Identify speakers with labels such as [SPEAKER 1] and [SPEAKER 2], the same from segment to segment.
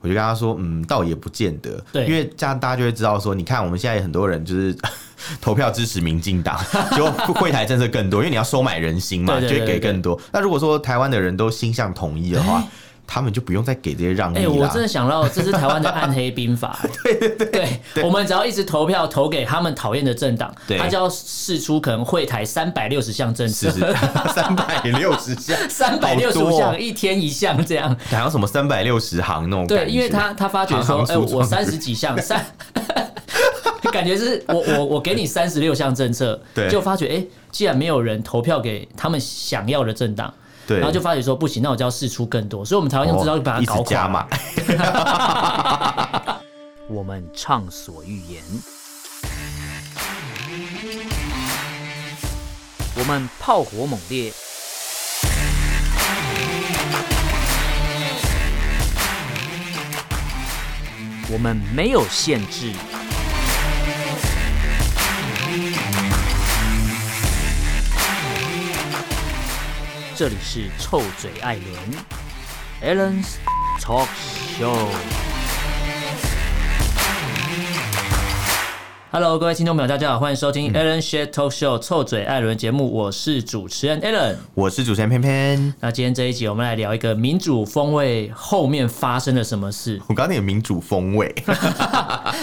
[SPEAKER 1] 我就跟他说，嗯，倒也不见得，
[SPEAKER 2] 对
[SPEAKER 1] 因为这样大家就会知道说，你看我们现在很多人就是 投票支持民进党， 结果柜台政策更多，因为你要收买人心嘛，
[SPEAKER 2] 对
[SPEAKER 1] 就
[SPEAKER 2] 对
[SPEAKER 1] 会
[SPEAKER 2] 对
[SPEAKER 1] 给
[SPEAKER 2] 对对
[SPEAKER 1] 更多。那如果说台湾的人都心向统一的话，他们就不用再给这些让利
[SPEAKER 2] 哎、我
[SPEAKER 1] 啦
[SPEAKER 2] 真。的想到，这是台湾的暗黑兵法。 对对对，我们只要一直投票投给他们讨厌的政党，
[SPEAKER 1] 对
[SPEAKER 2] 他就要试出可能会台三百六十项政
[SPEAKER 1] 是
[SPEAKER 2] 策，
[SPEAKER 1] 是， 三百六十项，
[SPEAKER 2] 三百六十
[SPEAKER 1] 好多哦
[SPEAKER 2] 项，一天一项这样。
[SPEAKER 1] 好像什么三百六十行那种感
[SPEAKER 2] 对，
[SPEAKER 1] 觉。
[SPEAKER 2] 因为他他发觉说
[SPEAKER 1] 行，行
[SPEAKER 2] 哎、
[SPEAKER 1] 出
[SPEAKER 2] 我
[SPEAKER 1] 状
[SPEAKER 2] 三十几项三， 感觉是我我我给你三十六项政策，
[SPEAKER 1] 对
[SPEAKER 2] 就发觉哎、既然没有人投票给他们想要的政党，
[SPEAKER 1] 对，
[SPEAKER 2] 然后就发觉说不行，那我就要试出更多，所以我们才会用这招去把
[SPEAKER 1] 哦一
[SPEAKER 2] 它
[SPEAKER 1] 直
[SPEAKER 2] 搞
[SPEAKER 1] 加码。
[SPEAKER 2] 垮。我们畅所欲言，我们炮火猛烈，我们没有限制。这里是臭嘴艾伦 a l l e n s Talk Show。Hello，各位听众朋友，大家好，欢迎收
[SPEAKER 1] 嗯
[SPEAKER 2] 听 Alan s h a t Talk Show 臭嘴艾伦节目，我是主持人 Alan。
[SPEAKER 1] 我是主持人偏偏，
[SPEAKER 2] 那今天这一集，我们来聊一个民主风味后面发生了什 么事。
[SPEAKER 1] 我刚刚有民主风味，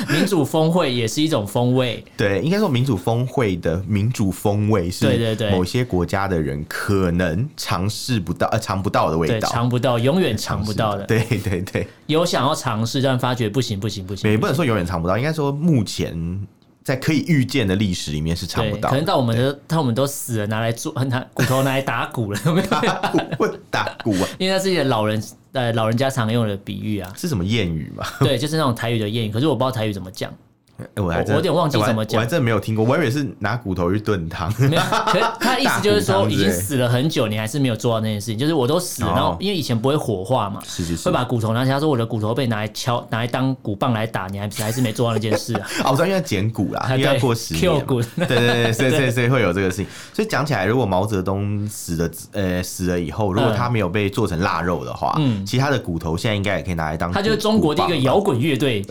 [SPEAKER 2] 民主峰会也是一种风味，
[SPEAKER 1] 对，应该说民主峰会的民主风味是
[SPEAKER 2] 对对对
[SPEAKER 1] 某些国家的人可能尝试不到呃尝不到的味
[SPEAKER 2] 对，
[SPEAKER 1] 道，
[SPEAKER 2] 尝不到，永远尝不到的。
[SPEAKER 1] 对对对，
[SPEAKER 2] 有想要尝试，但发觉不行，不行，不行，
[SPEAKER 1] 也不能说永远尝不到，应该说目前在可以预见的历史里面是尝
[SPEAKER 2] 对
[SPEAKER 1] 不，到
[SPEAKER 2] 可能
[SPEAKER 1] 的。
[SPEAKER 2] 到我们的，到我们都死了，拿来做， 拿骨头拿来打鼓了，有 没有
[SPEAKER 1] 会打鼓啊，
[SPEAKER 2] 因为那是一个老人，呃，老人家常用的比喻啊
[SPEAKER 1] ，是什么谚语嘛？
[SPEAKER 2] 对，就是那种台语的谚语，可是我不知道台语怎么讲。
[SPEAKER 1] 哎我还真
[SPEAKER 2] 我有点忘记
[SPEAKER 1] 我还
[SPEAKER 2] 怎么讲
[SPEAKER 1] 我还真的没有听过，我以为是拿骨头去炖汤。
[SPEAKER 2] 没有，可他的意思就是
[SPEAKER 1] 大骨
[SPEAKER 2] 说，
[SPEAKER 1] 汤之类
[SPEAKER 2] 已经死了很久，你还是没有做到那件事情。就是我都死了，
[SPEAKER 1] 哦
[SPEAKER 2] 然后因为以前不会火化嘛，
[SPEAKER 1] 是是是
[SPEAKER 2] 会把骨头拿起来。他说我的骨头被拿来敲，拿来当骨棒来打，你还还是没做到那件事 啊？
[SPEAKER 1] 啊，我知道，因为要减股 啦，因为要过十年嘛
[SPEAKER 2] Q 骨，
[SPEAKER 1] 对对对，所以所以所以会有这个事情。所以讲起来，如果毛泽东死了，呃，死了以
[SPEAKER 2] 嗯
[SPEAKER 1] 后，如果他没有被做成腊肉的话，嗯，其他的骨头现在应该也可以拿来当骨，
[SPEAKER 2] 他就是中国第一个
[SPEAKER 1] 骨
[SPEAKER 2] 摇滚乐队，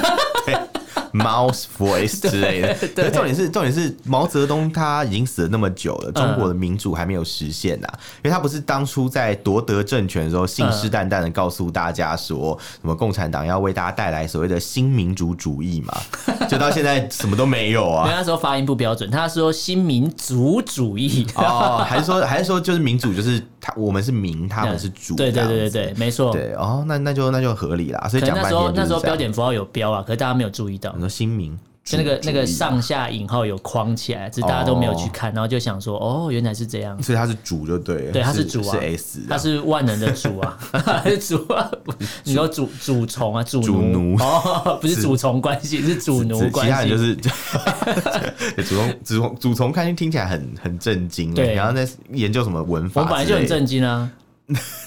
[SPEAKER 1] 棒 Mouse Voice 之类的。
[SPEAKER 2] 对
[SPEAKER 1] 可是重点是，重点是毛泽东他已经死了那么久
[SPEAKER 2] 嗯
[SPEAKER 1] 了，中国的民主还没有实现呐、因为他不是当初在夺得政权的时候，信誓旦旦的告诉大家说，什么共产党要为大家带来所谓的新民主主义嘛，就到现在什么都没有啊
[SPEAKER 2] 因为。那时候发音不标准，他说新民族主义。
[SPEAKER 1] 哦，还是说还是说就是民主，就是他我们是民，他们是主，
[SPEAKER 2] 对对
[SPEAKER 1] 这样
[SPEAKER 2] 对对
[SPEAKER 1] 子
[SPEAKER 2] 对，没错。
[SPEAKER 1] 对哦，那那就那就合理啦。所以
[SPEAKER 2] 可能
[SPEAKER 1] 讲
[SPEAKER 2] 那
[SPEAKER 1] 半
[SPEAKER 2] 时候
[SPEAKER 1] 天就
[SPEAKER 2] 那
[SPEAKER 1] 是
[SPEAKER 2] 时候
[SPEAKER 1] 这样嗯
[SPEAKER 2] 标点符号有标啊，可是大家没有注意到
[SPEAKER 1] 你。说新民，
[SPEAKER 2] 就那个
[SPEAKER 1] 主
[SPEAKER 2] 那个，
[SPEAKER 1] 主
[SPEAKER 2] 上下引号有框起来，只是大家都没有去看，然后就想说，哦，原来是这样
[SPEAKER 1] 义。所以他是主就对了，
[SPEAKER 2] 对他
[SPEAKER 1] 是
[SPEAKER 2] 是主啊
[SPEAKER 1] 是 S，
[SPEAKER 2] 他
[SPEAKER 1] 的
[SPEAKER 2] 是万能的 主啊，他是主啊，不你说主主从啊，主
[SPEAKER 1] 主奴
[SPEAKER 2] 哦，不是主从关系，是主奴
[SPEAKER 1] 只其
[SPEAKER 2] 关
[SPEAKER 1] 他人
[SPEAKER 2] 系。
[SPEAKER 1] 就是 主从主从主从，看去听起来很很震惊，
[SPEAKER 2] 对
[SPEAKER 1] 然后在研究什么文
[SPEAKER 2] 我
[SPEAKER 1] 法，
[SPEAKER 2] 们本来就很，震惊 啊，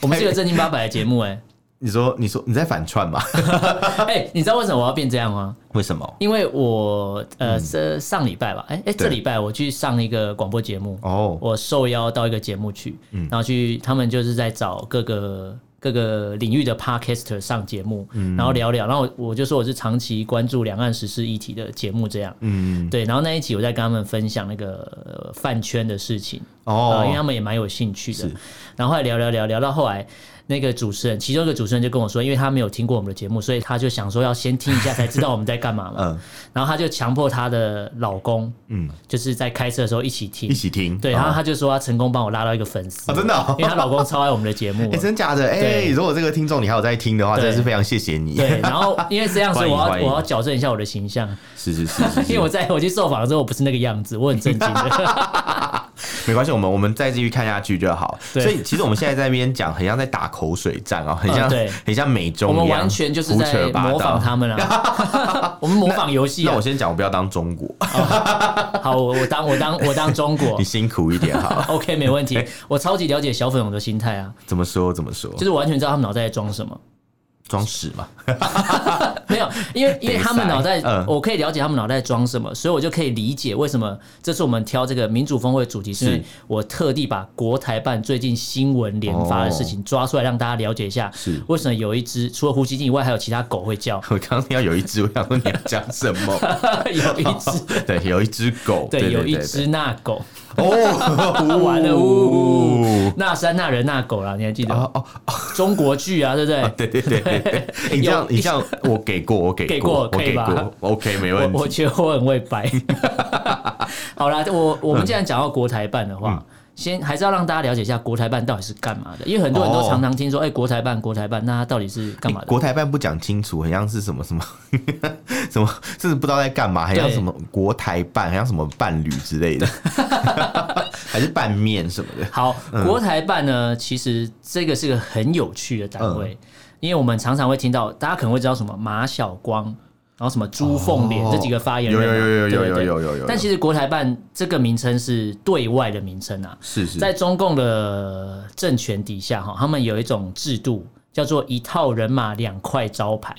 [SPEAKER 2] 我们是一个正经八百的节目哎、
[SPEAKER 1] 你说你说你在反串吗？
[SPEAKER 2] 哎、你知道为什么我要变这样吗？
[SPEAKER 1] 为什么？
[SPEAKER 2] 因为我呃，这上礼拜吧，哎、哎、这
[SPEAKER 1] 嗯对
[SPEAKER 2] 礼拜我去上一个广播节目，
[SPEAKER 1] 哦
[SPEAKER 2] 我受邀到一个节目去，
[SPEAKER 1] 嗯
[SPEAKER 2] 然后去他们就是在找各个各个领域的 podcaster 上节目，
[SPEAKER 1] 嗯
[SPEAKER 2] 然后聊聊，然后我我就说我是长期关注两岸时事议题的节目这样，
[SPEAKER 1] 嗯
[SPEAKER 2] 对，然后那一集我在跟他们分享那个呃饭圈的事情，啊，因为他
[SPEAKER 1] 哦，
[SPEAKER 2] 们也蛮有兴趣的。然后后来聊聊聊聊到后来，那个主持人，其中一个主持人就跟我说，因为他没有听过我们的节目，所以他就想说要先听一下才知道我们在干嘛嘛。
[SPEAKER 1] 嗯
[SPEAKER 2] 然后他就强迫他的老公，
[SPEAKER 1] 嗯，
[SPEAKER 2] 就是在开车的时候一起听
[SPEAKER 1] 一。起听，
[SPEAKER 2] 对，
[SPEAKER 1] 哦
[SPEAKER 2] 然后他就说他成功帮我拉到一个粉丝，
[SPEAKER 1] 哦真的哦
[SPEAKER 2] 因为她老公超爱我们的节目
[SPEAKER 1] 哎，。真假的？哎，
[SPEAKER 2] 对
[SPEAKER 1] 如果这个听众你还有在听的话，真的
[SPEAKER 2] 对
[SPEAKER 1] 是非常谢谢你。
[SPEAKER 2] 对，然后因为这样，所以我要
[SPEAKER 1] 欢迎欢迎
[SPEAKER 2] 我要矫正一下我的形象，
[SPEAKER 1] 是是是是是
[SPEAKER 2] 因为我在我去受访的时候，我不是那个样子，我很震 惊的。
[SPEAKER 1] 没关系，我们我们再继续看下去就好。所
[SPEAKER 2] 对
[SPEAKER 1] 以其实我们现在在那边讲，很像在打口水战啊，很像、
[SPEAKER 2] 嗯对
[SPEAKER 1] 很像美中
[SPEAKER 2] 我
[SPEAKER 1] 一样，
[SPEAKER 2] 们完全就是
[SPEAKER 1] 胡
[SPEAKER 2] 在
[SPEAKER 1] 扯八
[SPEAKER 2] 模
[SPEAKER 1] 道
[SPEAKER 2] 仿。他们啊， 我们模仿游戏
[SPEAKER 1] 那
[SPEAKER 2] 啊
[SPEAKER 1] 我。先讲，我不要当中国，
[SPEAKER 2] 好，我我当我当我当中 国
[SPEAKER 1] 你辛苦一点 哈。
[SPEAKER 2] ，OK，没问 题。我超级了解小粉红的心态啊，
[SPEAKER 1] 怎么说？怎么说？
[SPEAKER 2] 就是我完全知道他们脑袋在装什么。
[SPEAKER 1] 装屎嘛，
[SPEAKER 2] 没有，因为因为他们脑袋
[SPEAKER 1] 北塞嗯，
[SPEAKER 2] 我可以了解他们脑袋装什么，所以我就可以理解为什么这次我们挑这个民主峰会主题，是因为
[SPEAKER 1] 是
[SPEAKER 2] 我特地把国台办最近新闻连发的事情抓出来，让大家了解一下
[SPEAKER 1] 哦是，，
[SPEAKER 2] 为什么有一只除了胡锡进以外，还有其他狗会叫
[SPEAKER 1] 我刚刚要有一只，我想说你要讲什么？
[SPEAKER 2] 有一 只，
[SPEAKER 1] 对，有一只狗，哦对，对
[SPEAKER 2] 对，有一
[SPEAKER 1] 对
[SPEAKER 2] 只那狗，
[SPEAKER 1] 对 哦，
[SPEAKER 2] 完了，呜
[SPEAKER 1] 呜，
[SPEAKER 2] 那山那人那狗啦，你还记得吗？
[SPEAKER 1] 哦哦，
[SPEAKER 2] 中国剧啊，对不对？
[SPEAKER 1] 对对对对 对，你这样你这样，我给过，我给
[SPEAKER 2] 给过
[SPEAKER 1] 过，我
[SPEAKER 2] 可以
[SPEAKER 1] 给
[SPEAKER 2] 吧
[SPEAKER 1] 过，OK，没问
[SPEAKER 2] 我我
[SPEAKER 1] 题。
[SPEAKER 2] 觉得我很 会掰。好啦，我我们既然讲到国台办的
[SPEAKER 1] 嗯
[SPEAKER 2] 话，先还是要让大家了解一下国台办到底是干嘛的，因为很多人都
[SPEAKER 1] 哦
[SPEAKER 2] 常常听说，哎、国台办，国台办，那它到底是干嘛的？
[SPEAKER 1] 国台办不讲清楚，好像是什么什么 什么，甚至不知道在干嘛，好像
[SPEAKER 2] 对
[SPEAKER 1] 什么国台办，好像什么伴侣之类 的，还是拌面什么的。
[SPEAKER 2] 好，
[SPEAKER 1] 嗯
[SPEAKER 2] 国台办呢，其实这个是个很有趣的单位，
[SPEAKER 1] 嗯
[SPEAKER 2] 因为我们常常会听到，大家可能会知道什么马晓光，然后什么朱凤莲、
[SPEAKER 1] 哦
[SPEAKER 2] 这几个发言
[SPEAKER 1] 有
[SPEAKER 2] 人
[SPEAKER 1] 有
[SPEAKER 2] 啊，
[SPEAKER 1] 有有有
[SPEAKER 2] 对
[SPEAKER 1] 有
[SPEAKER 2] 对对
[SPEAKER 1] 有有有，
[SPEAKER 2] 但其实国台办这个名称是对外的名称啊，
[SPEAKER 1] 是是
[SPEAKER 2] 在中共的政权底下，哈，他们有一种制度叫做一套人马两块招牌，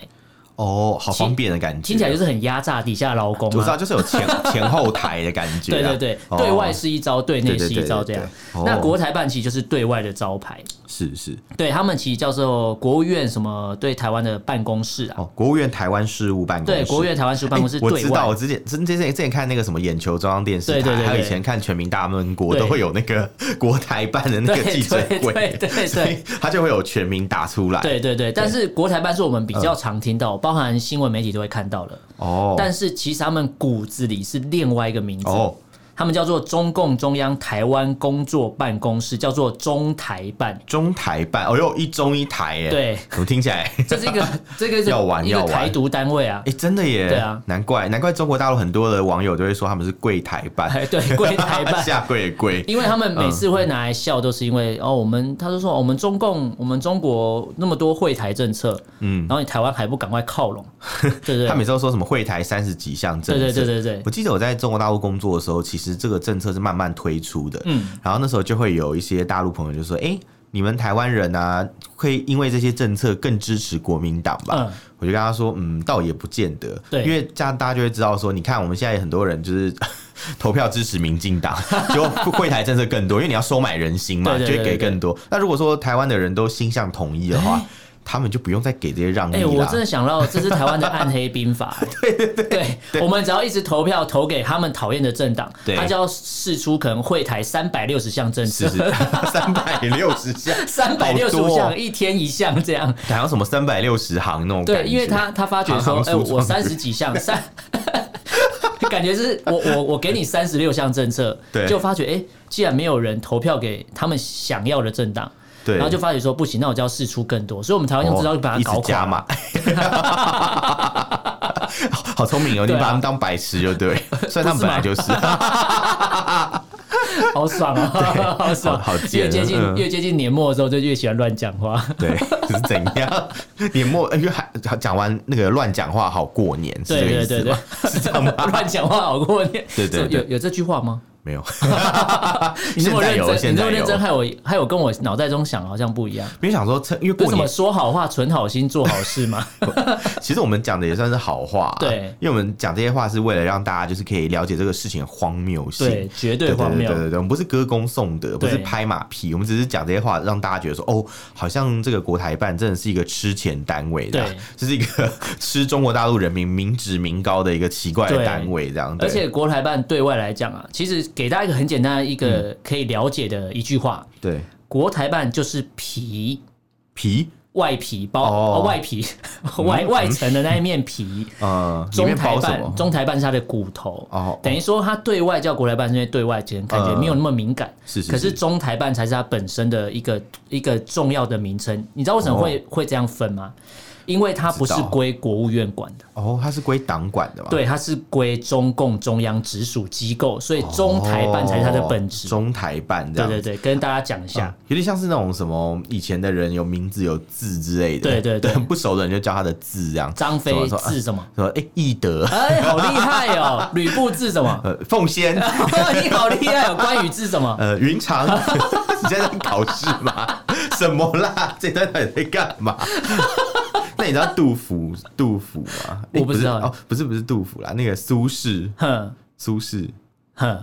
[SPEAKER 1] 哦，好方便的感觉，
[SPEAKER 2] 听起来就是很压榨底下劳工
[SPEAKER 1] 我知道，
[SPEAKER 2] 嘛。
[SPEAKER 1] 就是有前 前后台的感觉
[SPEAKER 2] 对
[SPEAKER 1] 啊。
[SPEAKER 2] 对对，
[SPEAKER 1] 哦
[SPEAKER 2] 对外是一招，对内
[SPEAKER 1] 对对
[SPEAKER 2] 是一招
[SPEAKER 1] 对
[SPEAKER 2] 这
[SPEAKER 1] 对
[SPEAKER 2] 样。
[SPEAKER 1] 对
[SPEAKER 2] 那
[SPEAKER 1] 哦
[SPEAKER 2] 国台办其实就是对外的招牌，
[SPEAKER 1] 是是
[SPEAKER 2] 对他们其实叫做国务院什么对台湾的办公室啊，
[SPEAKER 1] 哦，国务院台湾事务办公室，
[SPEAKER 2] 对国务院台湾事务办公室
[SPEAKER 1] 欸我
[SPEAKER 2] 对
[SPEAKER 1] 知道，
[SPEAKER 2] 外
[SPEAKER 1] 我。之前之之前之前看那个什么眼球中央电视台，
[SPEAKER 2] 对对对对
[SPEAKER 1] 还有以前看《全民大闷锅》，
[SPEAKER 2] 对
[SPEAKER 1] 都会有那个 国台办的那
[SPEAKER 2] 对
[SPEAKER 1] 个记者
[SPEAKER 2] 对
[SPEAKER 1] 会，
[SPEAKER 2] 对 对
[SPEAKER 1] 所
[SPEAKER 2] 对
[SPEAKER 1] 以，他就会有全民打出来。
[SPEAKER 2] 对对对，但是国台办是我们比较常听到，包含新闻媒体都会看到的。
[SPEAKER 1] 嗯哦，
[SPEAKER 2] 但是其实他们骨子里是另外一个名字，
[SPEAKER 1] 哦
[SPEAKER 2] 他们叫做中共中央台湾工作办公室，叫做中台办。
[SPEAKER 1] 中台办，哦哟，一中一台耶，，
[SPEAKER 2] 对，
[SPEAKER 1] 怎么听起来？
[SPEAKER 2] 这是一 个这个是
[SPEAKER 1] 要玩
[SPEAKER 2] 一个
[SPEAKER 1] 要玩
[SPEAKER 2] 台独单位啊
[SPEAKER 1] 哎、。真的耶！
[SPEAKER 2] 对啊
[SPEAKER 1] 难怪难怪中国大陆很多的网友都会说他们是柜台办，
[SPEAKER 2] 哎，对，归台 办。
[SPEAKER 1] 下跪的跪，
[SPEAKER 2] 因为他们每次会拿来笑，都是因为、哦，我们他就说我们中共，我们中国那么多惠台政策，嗯，然后你台湾还不赶快靠 拢，对不对？
[SPEAKER 1] 他每次都说什么会台三十几项政策，
[SPEAKER 2] 对对对对对
[SPEAKER 1] 我记得我在中国大陆工作的时候，其实这个政策是慢慢推出的，
[SPEAKER 2] 嗯
[SPEAKER 1] 嗯，然后那时候就会有一些大陆朋友就说，哎、你们台湾人啊，会因为这些政策更支持国民党吧？
[SPEAKER 2] 嗯
[SPEAKER 1] 我就跟他说，嗯，倒也不见得，
[SPEAKER 2] 对
[SPEAKER 1] 因为这样大家就会知道说，你看我们现在很多人就是 投票支持民进党， 结果会台政策更多，因为你要收买人心嘛，
[SPEAKER 2] 对
[SPEAKER 1] 就
[SPEAKER 2] 对对
[SPEAKER 1] 会给更多。那如果说台湾的人都心向统一的话，他们就不用再给这些让利
[SPEAKER 2] 哎、
[SPEAKER 1] 啦。
[SPEAKER 2] 我真的想到这是台湾的暗黑兵法、欸。 对对对，我们只要一直投票投给他们讨厌的政党，
[SPEAKER 1] 对
[SPEAKER 2] 他就要试出可能会台三百六十项政
[SPEAKER 1] 是
[SPEAKER 2] 策
[SPEAKER 1] 是，三百六十项，
[SPEAKER 2] 三百六十
[SPEAKER 1] 好
[SPEAKER 2] 五
[SPEAKER 1] 多哦
[SPEAKER 2] 项，一天一项这样。
[SPEAKER 1] 好像什么三百六十行那种感觉
[SPEAKER 2] 对，因为他他发觉说，
[SPEAKER 1] 行行
[SPEAKER 2] 哎、
[SPEAKER 1] 出
[SPEAKER 2] 我
[SPEAKER 1] 状
[SPEAKER 2] 三
[SPEAKER 1] 元
[SPEAKER 2] 十几项三。感觉是我我我给你三十六项政策，
[SPEAKER 1] 对
[SPEAKER 2] 就发觉哎、既然没有人投票给他们想要的政党，
[SPEAKER 1] 对，哦
[SPEAKER 2] 然后就发觉说不行，那我就要试出更多，所以我们台湾用这招就把它
[SPEAKER 1] 一直
[SPEAKER 2] 搞
[SPEAKER 1] 加
[SPEAKER 2] 垮。
[SPEAKER 1] 嘛， 好聪明哦，你
[SPEAKER 2] 对啊
[SPEAKER 1] 把他们当白痴就 对，虽然他们本来就是，
[SPEAKER 2] 好爽啊，好爽，
[SPEAKER 1] 好好贱
[SPEAKER 2] 越
[SPEAKER 1] 啊
[SPEAKER 2] 接近
[SPEAKER 1] 嗯
[SPEAKER 2] 越接近年末的时候，就越喜欢乱讲话。
[SPEAKER 1] 对，是怎样？年末因为还讲完那个乱讲话好过年，是这个
[SPEAKER 2] 对对
[SPEAKER 1] 意
[SPEAKER 2] 对
[SPEAKER 1] 思
[SPEAKER 2] 对
[SPEAKER 1] 吗？， 是这样吗？
[SPEAKER 2] 乱讲话好过年。
[SPEAKER 1] 对对对
[SPEAKER 2] 有有这句话吗？
[SPEAKER 1] 没有，
[SPEAKER 2] 你这
[SPEAKER 1] 现
[SPEAKER 2] 么
[SPEAKER 1] 在
[SPEAKER 2] 认
[SPEAKER 1] 有
[SPEAKER 2] 真，你
[SPEAKER 1] 现
[SPEAKER 2] 这
[SPEAKER 1] 在
[SPEAKER 2] 么
[SPEAKER 1] 有
[SPEAKER 2] 认真，害我害我跟我脑袋中想好像不一样。
[SPEAKER 1] 因为想说趁，因为
[SPEAKER 2] 不是
[SPEAKER 1] 过
[SPEAKER 2] 什么
[SPEAKER 1] 年，
[SPEAKER 2] 说好话、存好心、做好事 嘛？
[SPEAKER 1] 其实我们讲的也算是好话啊，
[SPEAKER 2] 对
[SPEAKER 1] 因为我们讲这些话是为了让大家就是可以了解这个事情的荒谬性，
[SPEAKER 2] 对，绝对荒
[SPEAKER 1] 对
[SPEAKER 2] 谬
[SPEAKER 1] 对。对对，我们不是歌功颂德，不
[SPEAKER 2] 对
[SPEAKER 1] 是拍马屁，我们只是讲这些话，让大家觉得说，哦，好像这个国台办真的是一个吃钱单位的啊
[SPEAKER 2] 对，
[SPEAKER 1] 这是一个吃中国大陆人民民脂民膏的一个奇怪的
[SPEAKER 2] 对
[SPEAKER 1] 单位，这样。对
[SPEAKER 2] 而且国台办对外来讲啊，其实给大家一个很简单的一
[SPEAKER 1] 嗯
[SPEAKER 2] 个可以了解的一句话：
[SPEAKER 1] 对
[SPEAKER 2] 国台办就是皮
[SPEAKER 1] 皮，
[SPEAKER 2] 外皮包、
[SPEAKER 1] 哦
[SPEAKER 2] 呃外皮 外外层的那一面皮。
[SPEAKER 1] 呃，里
[SPEAKER 2] 中
[SPEAKER 1] 面
[SPEAKER 2] 台
[SPEAKER 1] 包什
[SPEAKER 2] 办
[SPEAKER 1] 么？
[SPEAKER 2] 中台办是它的骨头，
[SPEAKER 1] 哦
[SPEAKER 2] 等于说它对外叫国台办，是因为对外其实感觉
[SPEAKER 1] 嗯
[SPEAKER 2] 没有那么敏感。
[SPEAKER 1] 是是是
[SPEAKER 2] 可是中台办才是它本身的一个一个重要的名称。你知道为什么会、会这样分吗？因为它不是
[SPEAKER 1] 哦知道
[SPEAKER 2] 归国务院管的，
[SPEAKER 1] 哦，它是归党管的嘛？
[SPEAKER 2] 对，它是归中共中央直属机构，所以中台办才是它的本质。
[SPEAKER 1] 哦中台办这
[SPEAKER 2] 对
[SPEAKER 1] 样。
[SPEAKER 2] 对对，跟大家讲一下。
[SPEAKER 1] 嗯有点像是那种什么以前的人有名字有字之类的，
[SPEAKER 2] 对对对
[SPEAKER 1] 对， 不熟的人就叫他的字这样。
[SPEAKER 2] 张飞
[SPEAKER 1] 什么什么
[SPEAKER 2] 字什么？
[SPEAKER 1] 什么哎，易德，
[SPEAKER 2] 哎，好厉害哦！吕布字什么？
[SPEAKER 1] 呃，奉先，
[SPEAKER 2] 你好厉害哦！关羽字什么？
[SPEAKER 1] 呃，云长， 你现在在考试吗？什么啦？这段到底在干嘛？ 那你知道杜甫杜甫吗？
[SPEAKER 2] 我
[SPEAKER 1] 诶
[SPEAKER 2] 不
[SPEAKER 1] 是
[SPEAKER 2] 知道
[SPEAKER 1] 哦，不是不是杜甫啦，那个苏轼
[SPEAKER 2] 哼
[SPEAKER 1] 苏轼，
[SPEAKER 2] 哼，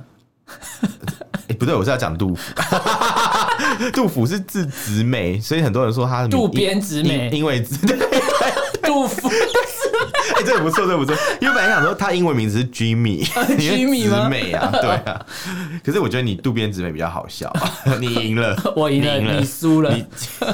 [SPEAKER 1] 哎不对，我是要讲杜甫。 杜甫是字子美，所以很多人说他的名
[SPEAKER 2] 渡边直美
[SPEAKER 1] 因因为字对，
[SPEAKER 2] 杜甫
[SPEAKER 1] 哎这个不错，这个不错。因为本来想说他英文名字是 Jimmy，因为
[SPEAKER 2] 哦 Jimmy 吗
[SPEAKER 1] 子美 啊，对啊。可是我觉得你渡边直美比较好笑， 你赢了，
[SPEAKER 2] 我赢了，
[SPEAKER 1] 你
[SPEAKER 2] 你输了
[SPEAKER 1] 你，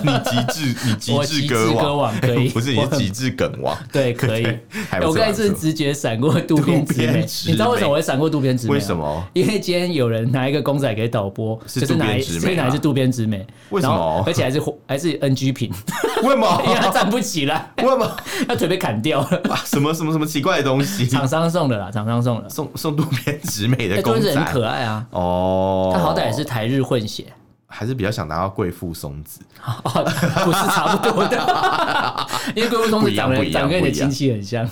[SPEAKER 1] 你极致，你极
[SPEAKER 2] 我
[SPEAKER 1] 致
[SPEAKER 2] 极
[SPEAKER 1] 歌
[SPEAKER 2] 致
[SPEAKER 1] 王，
[SPEAKER 2] 歌王可 以
[SPEAKER 1] 不是你
[SPEAKER 2] 我
[SPEAKER 1] 是
[SPEAKER 2] 很
[SPEAKER 1] 极致梗王，
[SPEAKER 2] 对，可以。哎
[SPEAKER 1] 还不
[SPEAKER 2] 我
[SPEAKER 1] 错
[SPEAKER 2] 刚才
[SPEAKER 1] 还
[SPEAKER 2] 是
[SPEAKER 1] 不错。
[SPEAKER 2] 直觉闪过渡边直
[SPEAKER 1] 渡
[SPEAKER 2] 美，
[SPEAKER 1] 边
[SPEAKER 2] 你
[SPEAKER 1] 直美
[SPEAKER 2] 知道为什么我会闪过渡边直美？啊
[SPEAKER 1] 为什？么？
[SPEAKER 2] 因为今天有人拿一个公仔给导播，
[SPEAKER 1] 是
[SPEAKER 2] 就是拿
[SPEAKER 1] 渡边直美
[SPEAKER 2] 是拿
[SPEAKER 1] 吗
[SPEAKER 2] 是渡边直美，
[SPEAKER 1] 为什么
[SPEAKER 2] 然后而且还是还是 NG 品，
[SPEAKER 1] 为什
[SPEAKER 2] 因为他
[SPEAKER 1] 么？
[SPEAKER 2] 站不起来，
[SPEAKER 1] 为什么？
[SPEAKER 2] 他腿被砍掉了。
[SPEAKER 1] 啊什么什么什么奇怪的东西？
[SPEAKER 2] 厂商送的啦，厂商送 的。
[SPEAKER 1] 送送渡边直美
[SPEAKER 2] 哎，
[SPEAKER 1] 的
[SPEAKER 2] 渡
[SPEAKER 1] 公
[SPEAKER 2] 边直美很
[SPEAKER 1] 仔
[SPEAKER 2] 可爱啊，
[SPEAKER 1] 哦，
[SPEAKER 2] 他好歹也是台日混血，
[SPEAKER 1] 还是比较想拿到贵妇松子，
[SPEAKER 2] 哦，不是差不 多的，因为龟兔松
[SPEAKER 1] 不
[SPEAKER 2] 子
[SPEAKER 1] 一样
[SPEAKER 2] 长
[SPEAKER 1] 不
[SPEAKER 2] 得
[SPEAKER 1] 一样
[SPEAKER 2] 长得跟你
[SPEAKER 1] 不
[SPEAKER 2] 的
[SPEAKER 1] 一样
[SPEAKER 2] 亲戚很像。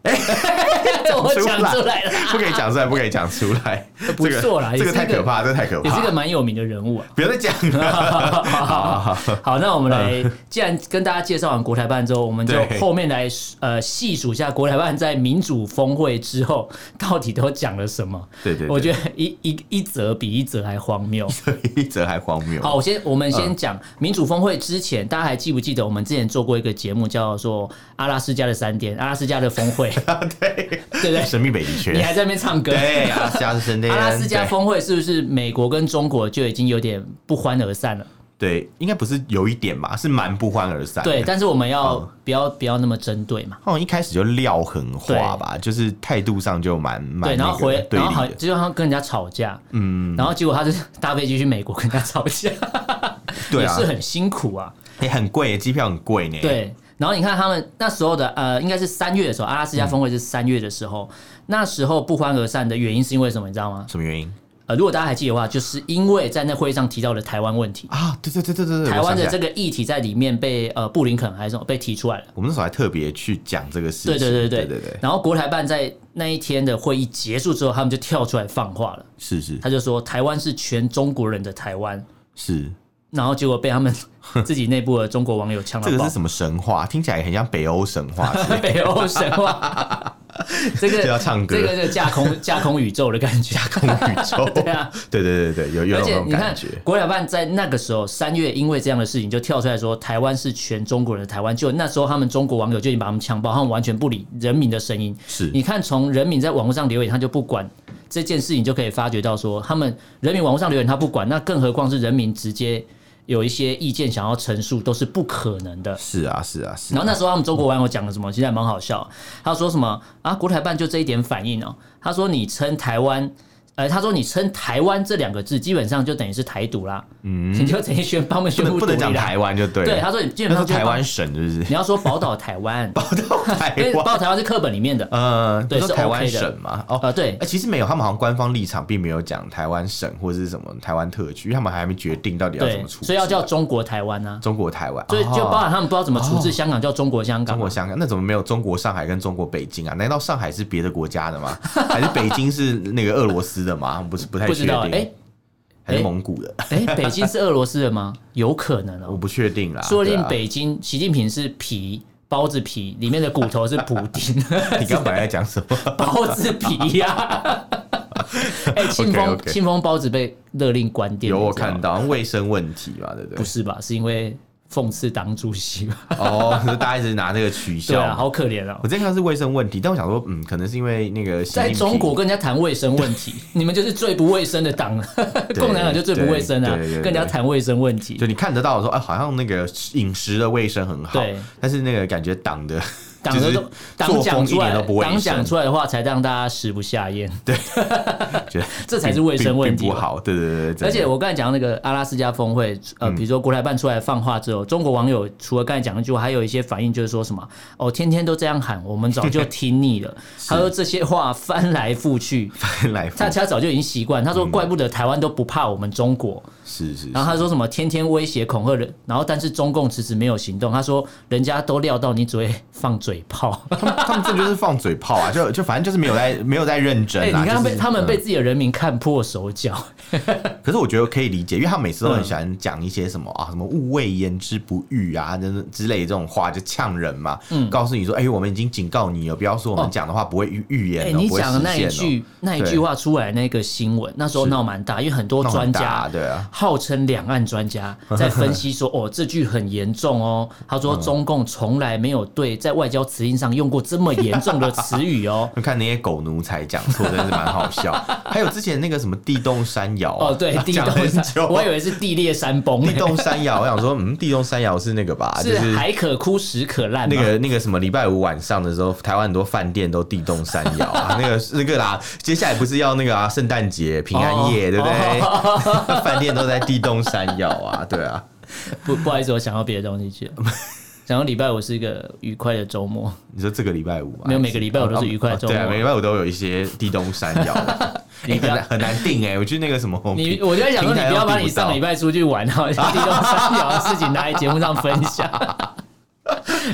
[SPEAKER 2] 我讲出来 了，
[SPEAKER 1] 不可以讲出来，不可以讲出来，
[SPEAKER 2] 不错啦
[SPEAKER 1] 这个这
[SPEAKER 2] 也是
[SPEAKER 1] 太
[SPEAKER 2] 一个
[SPEAKER 1] 可怕，这个太可
[SPEAKER 2] 也是一个
[SPEAKER 1] 怕，
[SPEAKER 2] 蛮有名的人物啊。
[SPEAKER 1] 不要再讲了。
[SPEAKER 2] 好，那我们来，既然跟大家介绍完国台办之后，我们就
[SPEAKER 1] 嗯对
[SPEAKER 2] 后面来呃细数一下国台办在民主峰会之后到底都讲了什么。
[SPEAKER 1] 对对对
[SPEAKER 2] 我觉得一一一则比一则还荒谬。
[SPEAKER 1] 一则还荒谬。
[SPEAKER 2] 好，我先我
[SPEAKER 1] 嗯
[SPEAKER 2] 们先讲民主峰会之前，大家还记不记得我们之前做过一个节目叫做《阿拉斯加的三天》，阿拉斯加的峰 会，
[SPEAKER 1] 对
[SPEAKER 2] 对不对？
[SPEAKER 1] 神秘北极
[SPEAKER 2] 你
[SPEAKER 1] 圈，
[SPEAKER 2] 还在那边唱歌？
[SPEAKER 1] 对阿拉斯加是神
[SPEAKER 2] 阿拉斯加
[SPEAKER 1] 对
[SPEAKER 2] 峰会是不是美国跟中国就已经有点不欢而散了？
[SPEAKER 1] 对，应该不是有一点吧，是蛮不欢而散。
[SPEAKER 2] 对，，但是我们要
[SPEAKER 1] 嗯
[SPEAKER 2] 不要不要那么针对嘛？
[SPEAKER 1] 好像一开始就撂狠话吧，就是态度上就蛮蛮
[SPEAKER 2] 对，然后
[SPEAKER 1] 那个
[SPEAKER 2] 回，
[SPEAKER 1] 对
[SPEAKER 2] 然后好，
[SPEAKER 1] 立的。
[SPEAKER 2] 就像他跟人家吵架，嗯，然后结果他就是搭飞机去美国跟人家吵架，
[SPEAKER 1] 对
[SPEAKER 2] 也
[SPEAKER 1] 啊
[SPEAKER 2] 是很辛苦啊，
[SPEAKER 1] 也、很贵耶，机票很贵呢。，
[SPEAKER 2] 对。然后你看他们那时候的呃，应该是三月的时候，阿拉斯加峰会是三月的时候，那时候不欢而散的原因是因为什么？你知道吗？
[SPEAKER 1] 什么原因
[SPEAKER 2] 呃，如果大家还记得的话，就是因为在那会议上提到了台湾问题，
[SPEAKER 1] 啊？对对对对对对，
[SPEAKER 2] 台湾的
[SPEAKER 1] 我想起来
[SPEAKER 2] 这个议题在里面被呃布林肯还是什么被提出来了。
[SPEAKER 1] 我们那时候还特别去讲这个事情。
[SPEAKER 2] 对对对
[SPEAKER 1] 对
[SPEAKER 2] 对
[SPEAKER 1] 对对，
[SPEAKER 2] 然后国台办在那一天的会议结束之后，他们就跳出来放话了，
[SPEAKER 1] 是是
[SPEAKER 2] 他就说台湾是全中国人的台湾，
[SPEAKER 1] 是，
[SPEAKER 2] 然后结果被他们 自己内部的中国网友呛到
[SPEAKER 1] 这个
[SPEAKER 2] 爆
[SPEAKER 1] 是。什么神话？听起来也很像北欧神 话之类的。
[SPEAKER 2] 北欧神话， 这个
[SPEAKER 1] 就要唱歌
[SPEAKER 2] 这个这个架 空架空宇宙的感觉。
[SPEAKER 1] 宇宙，
[SPEAKER 2] 对啊，
[SPEAKER 1] 对对对对，有有
[SPEAKER 2] 而
[SPEAKER 1] 那
[SPEAKER 2] 且
[SPEAKER 1] 种
[SPEAKER 2] 你看
[SPEAKER 1] 感觉，，
[SPEAKER 2] 国台办在那个时候三月，因为这样的事情就跳出来说，台湾是全中国人的台湾。就那时候，他们中国网友就已经把他们强暴，他们完全不理人民的声音。
[SPEAKER 1] 是
[SPEAKER 2] 你看，从人民在网络上留言，他就不管这件事情，就可以发觉到说，他们人民网络上留言他不管，那更何况是人民直接有一些意见想要陈述，都是不可能的。
[SPEAKER 1] 是啊是啊是啊
[SPEAKER 2] 然后那时候他们中国网友讲了什么，其实还蛮好笑。他说什么啊？国台办就这一点反应哦。他说你称台湾，呃，他说你称台湾这两个字，基本上就等于是台独啦。嗯，你就等于宣帮我们
[SPEAKER 1] 不
[SPEAKER 2] 宣
[SPEAKER 1] 能
[SPEAKER 2] 布
[SPEAKER 1] 不能
[SPEAKER 2] 独
[SPEAKER 1] 讲
[SPEAKER 2] 立啦
[SPEAKER 1] 台湾就对了。
[SPEAKER 2] 对，他说你基本
[SPEAKER 1] 那
[SPEAKER 2] 上
[SPEAKER 1] 是
[SPEAKER 2] 就是
[SPEAKER 1] 台湾
[SPEAKER 2] 帮，
[SPEAKER 1] 省是不 是？
[SPEAKER 2] 你要说宝岛台湾，
[SPEAKER 1] 跑到台
[SPEAKER 2] 因为宝
[SPEAKER 1] 湾
[SPEAKER 2] 岛台湾是课本里面的。
[SPEAKER 1] 呃，
[SPEAKER 2] 对
[SPEAKER 1] 不
[SPEAKER 2] 是
[SPEAKER 1] 台湾
[SPEAKER 2] OK 的
[SPEAKER 1] 省嘛？哦，
[SPEAKER 2] 呃，对
[SPEAKER 1] 哎、，其实没有，他们好像官方立场并没有讲台湾省或者是什么台湾特区，因为他们还没决定到底要怎
[SPEAKER 2] 对
[SPEAKER 1] 么，处置，
[SPEAKER 2] 所以要叫中国台湾啊。
[SPEAKER 1] 中国台湾，
[SPEAKER 2] 所以就
[SPEAKER 1] 哦
[SPEAKER 2] 包含他们不知道怎么处置香港，叫中国香港
[SPEAKER 1] 中
[SPEAKER 2] 啊。
[SPEAKER 1] 国香港，那怎么没有中国上海跟中国北京啊？难道上海是别的国家的吗？还是北京是那个俄罗斯的吗？不是，不太
[SPEAKER 2] 不
[SPEAKER 1] 确
[SPEAKER 2] 知道，
[SPEAKER 1] 定，
[SPEAKER 2] 哎
[SPEAKER 1] 还是
[SPEAKER 2] 哎
[SPEAKER 1] 蒙古的，
[SPEAKER 2] 哎，北京是俄罗斯的吗？有可能哦。
[SPEAKER 1] 我不确定啦。
[SPEAKER 2] 说不
[SPEAKER 1] 对
[SPEAKER 2] 定
[SPEAKER 1] 啊
[SPEAKER 2] 北京习近平是皮，包子皮里面的骨头是补 丁，
[SPEAKER 1] 你刚本来在讲什么？
[SPEAKER 2] 包子皮呀、 哎、庆丰
[SPEAKER 1] OK，OK
[SPEAKER 2] 庆丰包子被勒令关店，
[SPEAKER 1] 有
[SPEAKER 2] 你
[SPEAKER 1] 我
[SPEAKER 2] 知道吗
[SPEAKER 1] 看，到卫生问题嘛，对不
[SPEAKER 2] 不
[SPEAKER 1] 对？
[SPEAKER 2] 是吧？是因为讽刺党主席 吧？
[SPEAKER 1] 哦，可是大家一直拿这个取
[SPEAKER 2] 对
[SPEAKER 1] 笑
[SPEAKER 2] 啊，
[SPEAKER 1] 嘛。
[SPEAKER 2] 好可怜哦
[SPEAKER 1] 我。之前看到是卫生问题，但我想说，嗯，可能是因为那个习近
[SPEAKER 2] 在
[SPEAKER 1] 平
[SPEAKER 2] 中国跟人家谈卫生问 题，你们就是最不卫生的党了。啊共产党就最不卫生啊，
[SPEAKER 1] 对对对对
[SPEAKER 2] 跟人家谈卫生问题
[SPEAKER 1] 就，你看得到说，哎，好像那个饮食的卫生很好
[SPEAKER 2] 对，
[SPEAKER 1] 但是那个感觉党的
[SPEAKER 2] 党的
[SPEAKER 1] 就
[SPEAKER 2] 都
[SPEAKER 1] 是
[SPEAKER 2] 党讲
[SPEAKER 1] 作风一
[SPEAKER 2] 出来
[SPEAKER 1] 点都不，卫
[SPEAKER 2] 党讲
[SPEAKER 1] 生，
[SPEAKER 2] 出来的话才让大家食不下咽。
[SPEAKER 1] 觉得
[SPEAKER 2] 这才是卫生
[SPEAKER 1] 并
[SPEAKER 2] 问题
[SPEAKER 1] 并不
[SPEAKER 2] 吧
[SPEAKER 1] 好。对对对对，嗯
[SPEAKER 2] 而且
[SPEAKER 1] 真的
[SPEAKER 2] 我刚才讲那个阿拉斯加峰会，呃，比如说国台办出来放话之后，中国网友除了刚才讲那句话，还有一些反应就是说什么哦，天天都这样喊，我们早就听腻 了。他说这些话翻来覆去，
[SPEAKER 1] 来福嗯
[SPEAKER 2] 大家早就已经习惯。他说怪不得台湾都不怕我们中国，
[SPEAKER 1] 是是，
[SPEAKER 2] 然后他说什么天天威胁恐吓人，然后但是中共迟迟没有行动。他说人家都料到你只会放嘴炮，
[SPEAKER 1] 他们他们这就是放嘴炮啊，就就反正就是没有在没有在认真
[SPEAKER 2] 哎、
[SPEAKER 1] 啊。
[SPEAKER 2] 你看他
[SPEAKER 1] 就
[SPEAKER 2] 被、
[SPEAKER 1] 是
[SPEAKER 2] 他们被
[SPEAKER 1] 嗯
[SPEAKER 2] 自己的人民看破手脚，
[SPEAKER 1] 可是我觉得可以理解，因为他们每次都很喜欢讲一些什么、啊，什么勿谓言之不预啊，之之类的这种话，就呛人嘛。
[SPEAKER 2] 嗯
[SPEAKER 1] 告诉你说，哎、我们已经警告你了，哦不要说我们讲的话不会预预
[SPEAKER 2] 哎、
[SPEAKER 1] 言、哦，
[SPEAKER 2] 你
[SPEAKER 1] 不会
[SPEAKER 2] 讲的那一
[SPEAKER 1] 实现哦，
[SPEAKER 2] 句那一
[SPEAKER 1] 对
[SPEAKER 2] 句话出来那个新闻，那时候闹蛮大，因为很多
[SPEAKER 1] 闹很
[SPEAKER 2] 专
[SPEAKER 1] 大
[SPEAKER 2] 家
[SPEAKER 1] 啊对啊。
[SPEAKER 2] 号称两岸专家在分析说，哦，这句很严重哦。他说中共从来没有对在外交辞令上用过这么严重的词语哦
[SPEAKER 1] 看那些狗奴才讲错，真的是蛮好 笑。还有之前那个什么地动山摇、啊，
[SPEAKER 2] 哦，对，地
[SPEAKER 1] 讲
[SPEAKER 2] 动
[SPEAKER 1] 很久
[SPEAKER 2] 山，我以为是地裂山崩，欸
[SPEAKER 1] 地动山摇，我想说，嗯，地动山摇是那个吧？就是
[SPEAKER 2] 海可枯石可烂嘛。
[SPEAKER 1] 那个那个什么礼拜五晚上的时候，台湾很多饭店都地动山摇 啊，那个那个啦，接下来不是要那个啊，圣诞节、平安
[SPEAKER 2] 哦
[SPEAKER 1] 夜，对不 对？饭、店都在地动山摇啊，对啊，
[SPEAKER 2] 不不好意思，我想到别的东 西去了。想到礼拜五是一个愉快的周末，
[SPEAKER 1] 你说这个礼拜五啊，
[SPEAKER 2] 没有每个礼拜我都是愉快的周末
[SPEAKER 1] 对啊，每个礼拜五都有一些地动山摇、啊，
[SPEAKER 2] 你
[SPEAKER 1] 你
[SPEAKER 2] 不
[SPEAKER 1] 很
[SPEAKER 2] 要
[SPEAKER 1] 难很难定哎、我去那个什么，
[SPEAKER 2] 你我就在想说，你不要把你上礼
[SPEAKER 1] 拜
[SPEAKER 2] 拜出去玩然后地动山摇的事情拿来节目上 分享，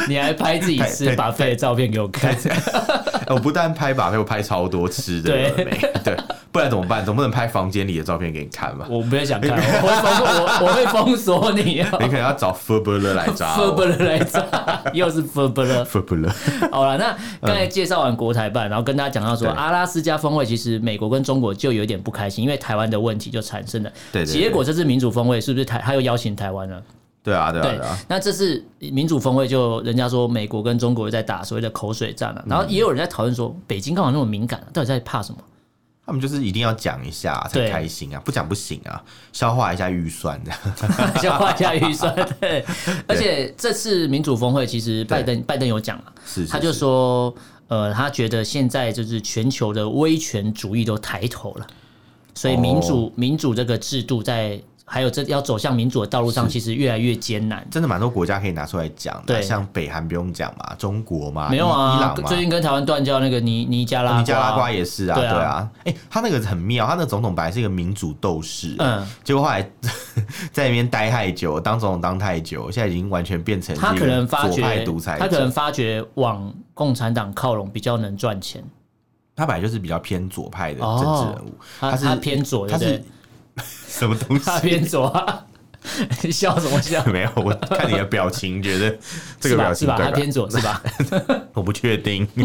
[SPEAKER 2] 你还拍自己吃
[SPEAKER 1] 太太
[SPEAKER 2] 把费的照片给我看，
[SPEAKER 1] 我不但拍把费，我拍超多吃的，
[SPEAKER 2] 对
[SPEAKER 1] 有的没对，不然怎么办？总不能拍房间里的照片给你看吧？
[SPEAKER 2] 我不会想看，我会封我我会封锁你 哦。
[SPEAKER 1] 你可能要找 f u r b e r 来扎
[SPEAKER 2] f
[SPEAKER 1] 我
[SPEAKER 2] b l 来炸，又是 f b l
[SPEAKER 1] f u r b e r
[SPEAKER 2] 好了，那刚才介绍完国台办，然后跟大家讲到说，
[SPEAKER 1] 嗯对
[SPEAKER 2] 阿拉斯加峰会其实美国跟中国就有点不开心，因为台湾的问题就产生了。
[SPEAKER 1] 对对对
[SPEAKER 2] 结果这次民主峰会是不是台他又邀请台湾了？
[SPEAKER 1] 对啊，对啊，
[SPEAKER 2] 对
[SPEAKER 1] 对啊。，
[SPEAKER 2] 那这次民主峰会就人家说美国跟中国在打所谓的口水战了、
[SPEAKER 1] 嗯
[SPEAKER 2] 然后也有人在讨论说，北京干嘛那么敏感、啊，到底在怕什 么？
[SPEAKER 1] 他们就是一定要讲一下才
[SPEAKER 2] 对
[SPEAKER 1] 开心啊，不讲不行啊，消化一下预算这样。
[SPEAKER 2] 先画一下预算。对，而且这次民主峰会其实拜登拜登有讲了，啊
[SPEAKER 1] 是是
[SPEAKER 2] 他就是说，呃，他觉得现在就是全球的威权主义都抬头了，所以民
[SPEAKER 1] 哦
[SPEAKER 2] 主、民主这个制度在还有这要走向民主的道路上，其实越来越艰难。
[SPEAKER 1] 真的蛮多国家可以拿出来讲的啊，
[SPEAKER 2] 对
[SPEAKER 1] 像北韩不用讲嘛，中国嘛，
[SPEAKER 2] 没有
[SPEAKER 1] 伊伊
[SPEAKER 2] 啊
[SPEAKER 1] 朗，嘛，哦
[SPEAKER 2] 最近跟台湾断交那个尼尼加拉
[SPEAKER 1] 尼加拉瓜
[SPEAKER 2] 瓜，
[SPEAKER 1] 也是啊，
[SPEAKER 2] 对
[SPEAKER 1] 对
[SPEAKER 2] 啊
[SPEAKER 1] 啊。哎，他那个很妙，他那个总统本来是一个民主斗士，
[SPEAKER 2] 嗯，
[SPEAKER 1] 结果后来 在那边待太久，当总统当太久，现在已经完全变成
[SPEAKER 2] 他
[SPEAKER 1] 一
[SPEAKER 2] 可
[SPEAKER 1] 个
[SPEAKER 2] 能发
[SPEAKER 1] 左派
[SPEAKER 2] 觉
[SPEAKER 1] 独裁，
[SPEAKER 2] 他可
[SPEAKER 1] 者
[SPEAKER 2] 能。发觉往共产党靠拢比较能赚钱，
[SPEAKER 1] 他本来就是比较偏左派的政治人物，
[SPEAKER 2] 哦他
[SPEAKER 1] 是
[SPEAKER 2] 他偏左，对
[SPEAKER 1] 他
[SPEAKER 2] 不
[SPEAKER 1] 是
[SPEAKER 2] 对？
[SPEAKER 1] 什么东西？
[SPEAKER 2] 他偏左啊，你笑什么笑？
[SPEAKER 1] 没有，我看你的表情，觉 得 这
[SPEAKER 2] 是
[SPEAKER 1] 个
[SPEAKER 2] 吧
[SPEAKER 1] 表
[SPEAKER 2] 是
[SPEAKER 1] 情
[SPEAKER 2] 吧？
[SPEAKER 1] 对
[SPEAKER 2] 他偏左是吧？
[SPEAKER 1] 我不确定，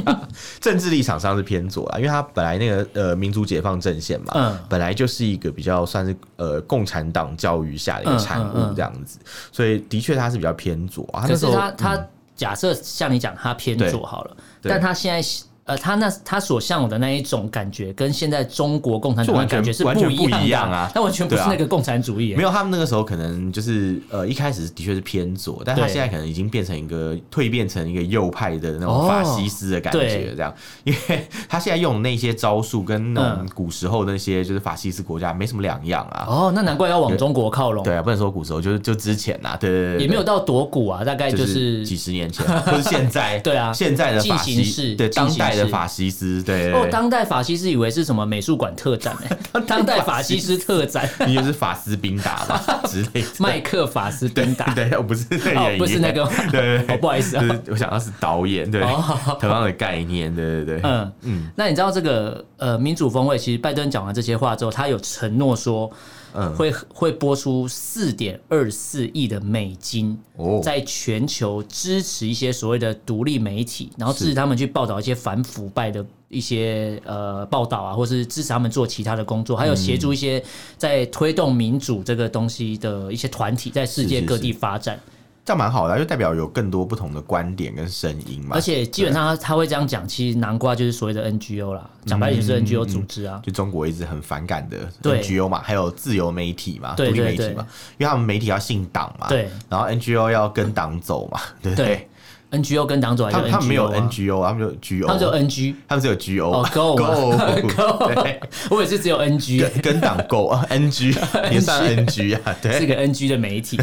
[SPEAKER 1] 政治立场上是偏左啦，因为他本来那个呃民族解放阵线嘛，
[SPEAKER 2] 嗯
[SPEAKER 1] 本来就是一个比较算是呃共产党教育下的一个产
[SPEAKER 2] 嗯嗯
[SPEAKER 1] 物
[SPEAKER 2] 嗯
[SPEAKER 1] 这样子，所以的确他是比较偏左 啊。他
[SPEAKER 2] 可
[SPEAKER 1] 那时
[SPEAKER 2] 是
[SPEAKER 1] 候
[SPEAKER 2] 他他假设像你讲，他偏
[SPEAKER 1] 对
[SPEAKER 2] 左好了，
[SPEAKER 1] 对
[SPEAKER 2] 但他现在呃，他那他所向往的那一种感觉，跟现在中国共产
[SPEAKER 1] 就
[SPEAKER 2] 党的
[SPEAKER 1] 完全
[SPEAKER 2] 感觉是
[SPEAKER 1] 完全
[SPEAKER 2] 一
[SPEAKER 1] 不一样
[SPEAKER 2] 的
[SPEAKER 1] 啊
[SPEAKER 2] 他完全不是
[SPEAKER 1] 对啊
[SPEAKER 2] 那个共产主义
[SPEAKER 1] 没。有他们那个时候可能就是呃一开始的确是偏左，但他
[SPEAKER 2] 对
[SPEAKER 1] 现在可能已经变成一个蜕变成一个右派的那种法西斯的感觉
[SPEAKER 2] 对
[SPEAKER 1] 这样，因为他现在用的那些招数跟那种
[SPEAKER 2] 嗯
[SPEAKER 1] 古时候的那些就是法西斯国家没什么两样啊。
[SPEAKER 2] 哦，那难怪要往中国靠拢，
[SPEAKER 1] 对啊，不能说古时候，就是就之前呐、对对对对
[SPEAKER 2] 也没有到夺谷啊，大概
[SPEAKER 1] 就
[SPEAKER 2] 就是是
[SPEAKER 1] 几十年前，啊或是现在，
[SPEAKER 2] 对啊
[SPEAKER 1] 现在的法
[SPEAKER 2] 进
[SPEAKER 1] 西，
[SPEAKER 2] 行式
[SPEAKER 1] 对
[SPEAKER 2] 进行
[SPEAKER 1] 当
[SPEAKER 2] 式
[SPEAKER 1] 代的法西斯，对，
[SPEAKER 2] 哦
[SPEAKER 1] 对，对
[SPEAKER 2] 当代法西斯以为是什么美术馆特展呢？ 当代法西斯特 展，
[SPEAKER 1] 你就是法斯宾达 吧之类的，
[SPEAKER 2] 麦克法斯宾达，
[SPEAKER 1] 对，我不是那个
[SPEAKER 2] 哦
[SPEAKER 1] 演员，
[SPEAKER 2] 不是那个
[SPEAKER 1] 对，对
[SPEAKER 2] 哦
[SPEAKER 1] 对，
[SPEAKER 2] 不好意思啊
[SPEAKER 1] 就是我想到是导演，对，
[SPEAKER 2] 哦
[SPEAKER 1] 同样的概念，对对对，
[SPEAKER 2] 嗯嗯，那你知道这个呃民主峰会，其实拜登讲完这些话之后，他有承诺说，
[SPEAKER 1] 嗯
[SPEAKER 2] 会会拨出四点二四亿的美金，
[SPEAKER 1] 哦
[SPEAKER 2] 在全球支持一些所谓的独立媒体，然后支持他们去报道一些反腐败的一些呃报道啊，或是支持他们做其他的工作，还有协助一些在推动民主这个东西的一些团体，在世界
[SPEAKER 1] 是是
[SPEAKER 2] 各地发展。
[SPEAKER 1] 这样蛮好的啊，就代表有更多不同的观点跟声音嘛，
[SPEAKER 2] 而且基本上他他会这样讲，其实南瓜就是所谓的 NGO 啦，讲白一
[SPEAKER 1] 嗯
[SPEAKER 2] 点就是 NGO 组织啊。
[SPEAKER 1] 就中国一直很反感的
[SPEAKER 2] 对
[SPEAKER 1] NGO 嘛，还有自由媒体嘛，独
[SPEAKER 2] 对
[SPEAKER 1] 立媒
[SPEAKER 2] 对
[SPEAKER 1] 体嘛，因为他们媒体要信党嘛，
[SPEAKER 2] 对，
[SPEAKER 1] 然后 NGO 要跟党走嘛，对不对
[SPEAKER 2] 对？NGO 跟党走还是
[SPEAKER 1] 他
[SPEAKER 2] NGO，、
[SPEAKER 1] 们
[SPEAKER 2] 啊、
[SPEAKER 1] 他们没有 NGO，他们就 GO，
[SPEAKER 2] 他们就 NG。
[SPEAKER 1] 他们只有 G O
[SPEAKER 2] 哦，Go 嘛
[SPEAKER 1] Go，对，
[SPEAKER 2] 啊 我也是只有 NG，
[SPEAKER 1] 跟跟党 Go 啊 N G 也算 N G 啊，
[SPEAKER 2] 是
[SPEAKER 1] 对，
[SPEAKER 2] 个 NG 的媒体，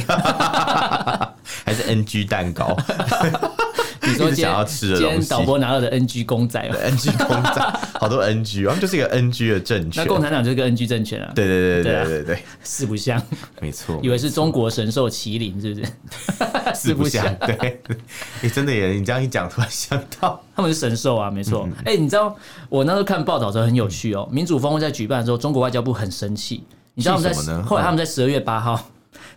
[SPEAKER 1] 还是 N G 蛋糕，
[SPEAKER 2] 你说
[SPEAKER 1] 一直
[SPEAKER 2] 今天
[SPEAKER 1] 想要吃的
[SPEAKER 2] 今
[SPEAKER 1] 东
[SPEAKER 2] 天
[SPEAKER 1] 西
[SPEAKER 2] 导播拿到的 NG 公仔哦，
[SPEAKER 1] NG 公仔，好多 NG，哦他们就是一个 NG 的政
[SPEAKER 2] 那
[SPEAKER 1] 权。
[SPEAKER 2] 共产党就是个 NG 政权啊，
[SPEAKER 1] 对对对
[SPEAKER 2] 对啊
[SPEAKER 1] 对对对对，
[SPEAKER 2] 四不像，
[SPEAKER 1] 没错，
[SPEAKER 2] 以为是中国神兽麒麟是不是？
[SPEAKER 1] 四不
[SPEAKER 2] 像
[SPEAKER 1] 像。对， 你真的也，你这样一讲，突然想到，
[SPEAKER 2] 他们是神兽啊，没错。
[SPEAKER 1] 嗯
[SPEAKER 2] 哎、你知道我那时候看报道的时候很有趣哦，民主峰会在举办的时候，中国外交部很生气。你知道他们
[SPEAKER 1] 气什
[SPEAKER 2] 在
[SPEAKER 1] 么呢
[SPEAKER 2] 后来他们在十二月八号、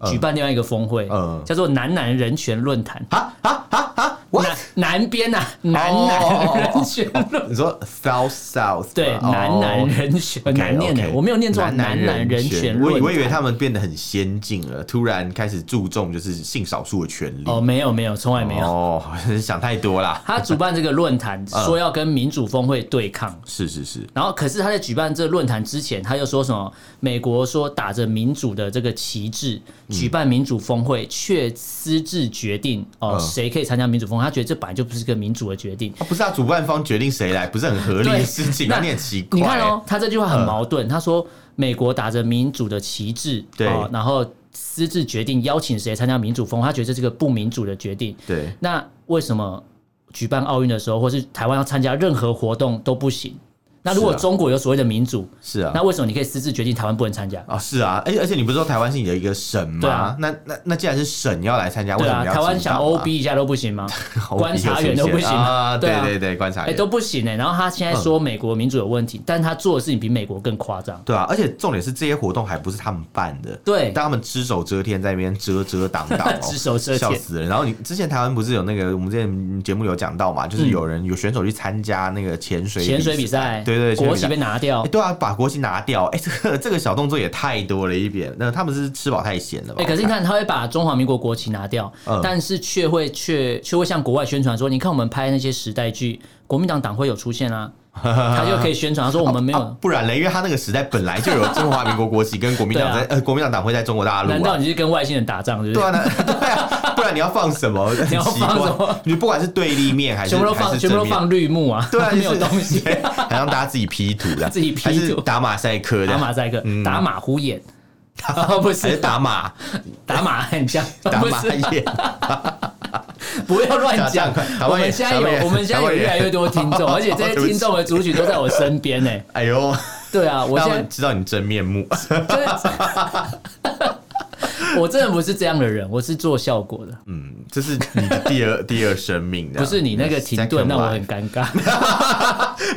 [SPEAKER 2] 举办另外一个峰会，
[SPEAKER 1] 嗯
[SPEAKER 2] 叫做“南南人权论坛”。
[SPEAKER 1] 啊啊啊啊！我
[SPEAKER 2] 南南边啊，南
[SPEAKER 1] 哦
[SPEAKER 2] 南人权论坛。
[SPEAKER 1] 你说 South South
[SPEAKER 2] 对，
[SPEAKER 1] 吗
[SPEAKER 2] 南南。
[SPEAKER 1] 哦
[SPEAKER 2] 人权
[SPEAKER 1] OK，
[SPEAKER 2] 难念的，
[SPEAKER 1] OK
[SPEAKER 2] 我没有念错，
[SPEAKER 1] 南
[SPEAKER 2] 南南人权
[SPEAKER 1] 权，
[SPEAKER 2] 论
[SPEAKER 1] 我
[SPEAKER 2] 坛。
[SPEAKER 1] 以我以为他们变得很先进了，突然开始注重就是性少数的权利。
[SPEAKER 2] 哦，没有没有，从来没有。
[SPEAKER 1] 哦，想太多啦。
[SPEAKER 2] 他主办这个论坛，说要跟民主峰会对抗，
[SPEAKER 1] 是是是，
[SPEAKER 2] 然后可是他在举办这论坛之前，他又说什么？美国说打着民主的这个旗帜举办民主峰会，却私自决定哦、
[SPEAKER 1] 嗯
[SPEAKER 2] 谁可以参加民主峰会，他觉得这本来就不是个民主的决定。
[SPEAKER 1] 啊不是啊，主办方决定谁来，不是很合理
[SPEAKER 2] 对
[SPEAKER 1] 的事情，
[SPEAKER 2] 那
[SPEAKER 1] 那你很奇怪。
[SPEAKER 2] 你看哦，他这句话
[SPEAKER 1] 嗯
[SPEAKER 2] 很矛盾。他说美国打着民主的旗帜，
[SPEAKER 1] 对
[SPEAKER 2] 哦然后私自决定邀请谁参加民主峰会，他觉得这是个不民主的决定。
[SPEAKER 1] 对，
[SPEAKER 2] 那为什么举办奥运的时候，或是台湾要参加任何活动都不行？那如果
[SPEAKER 1] 是啊
[SPEAKER 2] 中国有所谓的民主，
[SPEAKER 1] 是啊
[SPEAKER 2] 那。为什么你可以私自决定台湾不能参加？
[SPEAKER 1] 啊，是啊，而且而且你不是说台湾是你的一个省吗？
[SPEAKER 2] 对啊
[SPEAKER 1] 那那那既然是省要来参加，为
[SPEAKER 2] 对
[SPEAKER 1] 什么
[SPEAKER 2] 啊，
[SPEAKER 1] 你要
[SPEAKER 2] 台湾
[SPEAKER 1] 请到
[SPEAKER 2] 想
[SPEAKER 1] 啊
[SPEAKER 2] OB 一下都不行吗？
[SPEAKER 1] OB
[SPEAKER 2] 观察员都不行
[SPEAKER 1] 有出现啊？
[SPEAKER 2] 对
[SPEAKER 1] 对
[SPEAKER 2] 啊
[SPEAKER 1] 对对，观察
[SPEAKER 2] 哎，
[SPEAKER 1] 员
[SPEAKER 2] 都不行哎。然后他现在
[SPEAKER 1] 嗯
[SPEAKER 2] 说美国民主有问题，但他做的事情比美国更夸张。
[SPEAKER 1] 对啊，而且重点是这些活动还不是他们办的，
[SPEAKER 2] 对
[SPEAKER 1] 但他们只手遮天在那边遮遮挡挡、哦，
[SPEAKER 2] 只手遮天
[SPEAKER 1] 笑死人。然后你之前台湾不是有那个我们之前节目有讲到嘛，就是有人、有选手去参加那个潜水
[SPEAKER 2] 嗯潜水比赛，
[SPEAKER 1] 对对，潜水
[SPEAKER 2] 国
[SPEAKER 1] 比
[SPEAKER 2] 旗
[SPEAKER 1] 赛
[SPEAKER 2] 被拿掉
[SPEAKER 1] 哎，对啊，把国旗拿掉，哎、这个这个小动作也太多了一点。那他们是吃饱太闲了吧？
[SPEAKER 2] 哎、可是你看，他会把中华民国国旗拿掉，
[SPEAKER 1] 嗯
[SPEAKER 2] 但是却会却却会向国外宣传说，你看我们拍那些时代剧，国民党党徽有出现 啊，他就可以宣传他说我们没有。
[SPEAKER 1] 啊不然嘞，因为他那个时代本来 就有中华民国国旗跟国民党
[SPEAKER 2] 对
[SPEAKER 1] 在、
[SPEAKER 2] 啊
[SPEAKER 1] 呃国民党党徽在中国大陆
[SPEAKER 2] 难道
[SPEAKER 1] 啊。
[SPEAKER 2] 你是跟外星人打仗，是不
[SPEAKER 1] 对
[SPEAKER 2] 是？
[SPEAKER 1] 啊，那 对啊，不然你要放什么？很
[SPEAKER 2] 你要
[SPEAKER 1] 奇
[SPEAKER 2] 放
[SPEAKER 1] 怪
[SPEAKER 2] 什么
[SPEAKER 1] 你不管是对立面还是
[SPEAKER 2] 全部都
[SPEAKER 1] 还
[SPEAKER 2] 放，
[SPEAKER 1] 是
[SPEAKER 2] 全部都
[SPEAKER 1] 正面
[SPEAKER 2] 放绿幕啊，
[SPEAKER 1] 对啊，
[SPEAKER 2] 没有
[SPEAKER 1] 就是
[SPEAKER 2] 东西，
[SPEAKER 1] 对还让大家自己 P 图的，
[SPEAKER 2] 自己 P 图
[SPEAKER 1] 还是打马赛克
[SPEAKER 2] 打
[SPEAKER 1] 的，
[SPEAKER 2] 马赛克，
[SPEAKER 1] 嗯
[SPEAKER 2] 打马 虎眼，哦不
[SPEAKER 1] 还
[SPEAKER 2] 是
[SPEAKER 1] 是打马
[SPEAKER 2] 打马很像，
[SPEAKER 1] 哎 打
[SPEAKER 2] 不
[SPEAKER 1] 马
[SPEAKER 2] 是，
[SPEAKER 1] 眼，
[SPEAKER 2] 不要乱讲
[SPEAKER 1] 打打打。
[SPEAKER 2] 我
[SPEAKER 1] 马
[SPEAKER 2] 们
[SPEAKER 1] 眼
[SPEAKER 2] 现在
[SPEAKER 1] 打马
[SPEAKER 2] 有，
[SPEAKER 1] 眼
[SPEAKER 2] 我们现在有越来越多听众，而且
[SPEAKER 1] 哦
[SPEAKER 2] 这些听众的族群都在我身边呢。
[SPEAKER 1] 哎呦，
[SPEAKER 2] 对啊，我
[SPEAKER 1] 让
[SPEAKER 2] 现
[SPEAKER 1] 他
[SPEAKER 2] 在
[SPEAKER 1] 们知道你真面目。
[SPEAKER 2] 真的 我真的不是这样的人，我是做效果的，
[SPEAKER 1] 嗯，这是你的第二第二生命，这
[SPEAKER 2] 不
[SPEAKER 1] 样
[SPEAKER 2] 是你那个停顿
[SPEAKER 1] Second
[SPEAKER 2] 让我
[SPEAKER 1] life
[SPEAKER 2] 很 尴尬。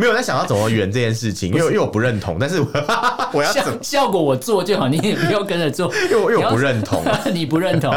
[SPEAKER 1] 没有我在想要怎么圆这件事情，因为因为我不认同，但是我 我要怎么
[SPEAKER 2] 效？效果我做就好，你也不用跟着做。
[SPEAKER 1] 因为我因为
[SPEAKER 2] 你
[SPEAKER 1] 我
[SPEAKER 2] 要
[SPEAKER 1] 不认同，
[SPEAKER 2] 你不 认同，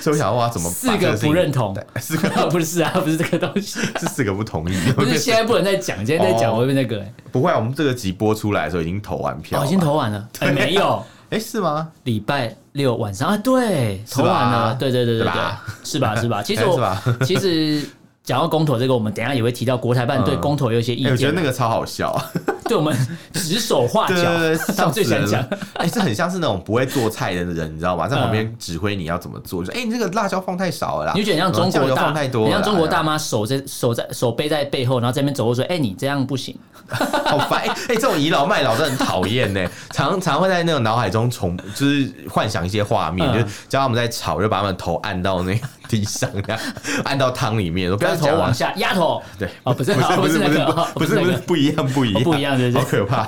[SPEAKER 1] 所以我想要我要怎么把
[SPEAKER 2] 四
[SPEAKER 1] 这
[SPEAKER 2] 个
[SPEAKER 1] 事情
[SPEAKER 2] 不认同，
[SPEAKER 1] 对四个
[SPEAKER 2] 不是啊，不是这个东西，
[SPEAKER 1] 是四个不同意，
[SPEAKER 2] 不是现在不能再讲，今天再讲
[SPEAKER 1] 哦
[SPEAKER 2] 我会被那个、欸。
[SPEAKER 1] 不会啊，我们这个集播出来的时候已经投完票
[SPEAKER 2] 哦，
[SPEAKER 1] 了，
[SPEAKER 2] 已经投 完了，哎、没有，
[SPEAKER 1] 哎是吗？
[SPEAKER 2] 礼拜六晚上啊，对，
[SPEAKER 1] 是吧
[SPEAKER 2] 投完了，对对对对
[SPEAKER 1] 对
[SPEAKER 2] 对
[SPEAKER 1] 吧，
[SPEAKER 2] 是吧是 吧？其实
[SPEAKER 1] 哎是
[SPEAKER 2] 我
[SPEAKER 1] 吧
[SPEAKER 2] 其实讲到公投这个，我们等一下也会提到国台办对
[SPEAKER 1] 嗯
[SPEAKER 2] 公投有一些意
[SPEAKER 1] 哎，我觉得
[SPEAKER 2] 见
[SPEAKER 1] 那，个超好笑。
[SPEAKER 2] 对我们指手画脚
[SPEAKER 1] 对对 对，，
[SPEAKER 2] 我
[SPEAKER 1] 笑
[SPEAKER 2] 最
[SPEAKER 1] 死
[SPEAKER 2] 想
[SPEAKER 1] 人
[SPEAKER 2] 讲
[SPEAKER 1] 了。 哎、这很像是那种不会做菜的人，你知道吗？在旁边指挥你要怎么做，就说：“哎、你这个辣椒放太少了啦，
[SPEAKER 2] 你就觉得像中
[SPEAKER 1] 然啊后酱
[SPEAKER 2] 国
[SPEAKER 1] 油
[SPEAKER 2] 大，
[SPEAKER 1] 放太多了
[SPEAKER 2] 你
[SPEAKER 1] 啦，啊
[SPEAKER 2] 像中国大
[SPEAKER 1] 妈
[SPEAKER 2] 妈手在手在手背在背后，然后在那边走路说：“哎、你这样不行。
[SPEAKER 1] 好烦。哎、哎这种倚老卖老真的很讨厌呢，常常会在那种脑海中重，就是幻想一些画面，
[SPEAKER 2] 嗯
[SPEAKER 1] 就是教他们在吵，就把他们头按到那个地上，这样按到汤里面，说”不
[SPEAKER 2] 不
[SPEAKER 1] 要
[SPEAKER 2] 要头
[SPEAKER 1] 讲
[SPEAKER 2] 往
[SPEAKER 1] 了。
[SPEAKER 2] 下，丫头。
[SPEAKER 1] 对，
[SPEAKER 2] 哦，不是，
[SPEAKER 1] 不是
[SPEAKER 2] 哦
[SPEAKER 1] 不是
[SPEAKER 2] 那
[SPEAKER 1] 不是
[SPEAKER 2] 个，哦
[SPEAKER 1] 不是不
[SPEAKER 2] 那
[SPEAKER 1] 是
[SPEAKER 2] 个。
[SPEAKER 1] 不一样不一
[SPEAKER 2] 哦
[SPEAKER 1] 样
[SPEAKER 2] 不一样对对
[SPEAKER 1] 好可怕！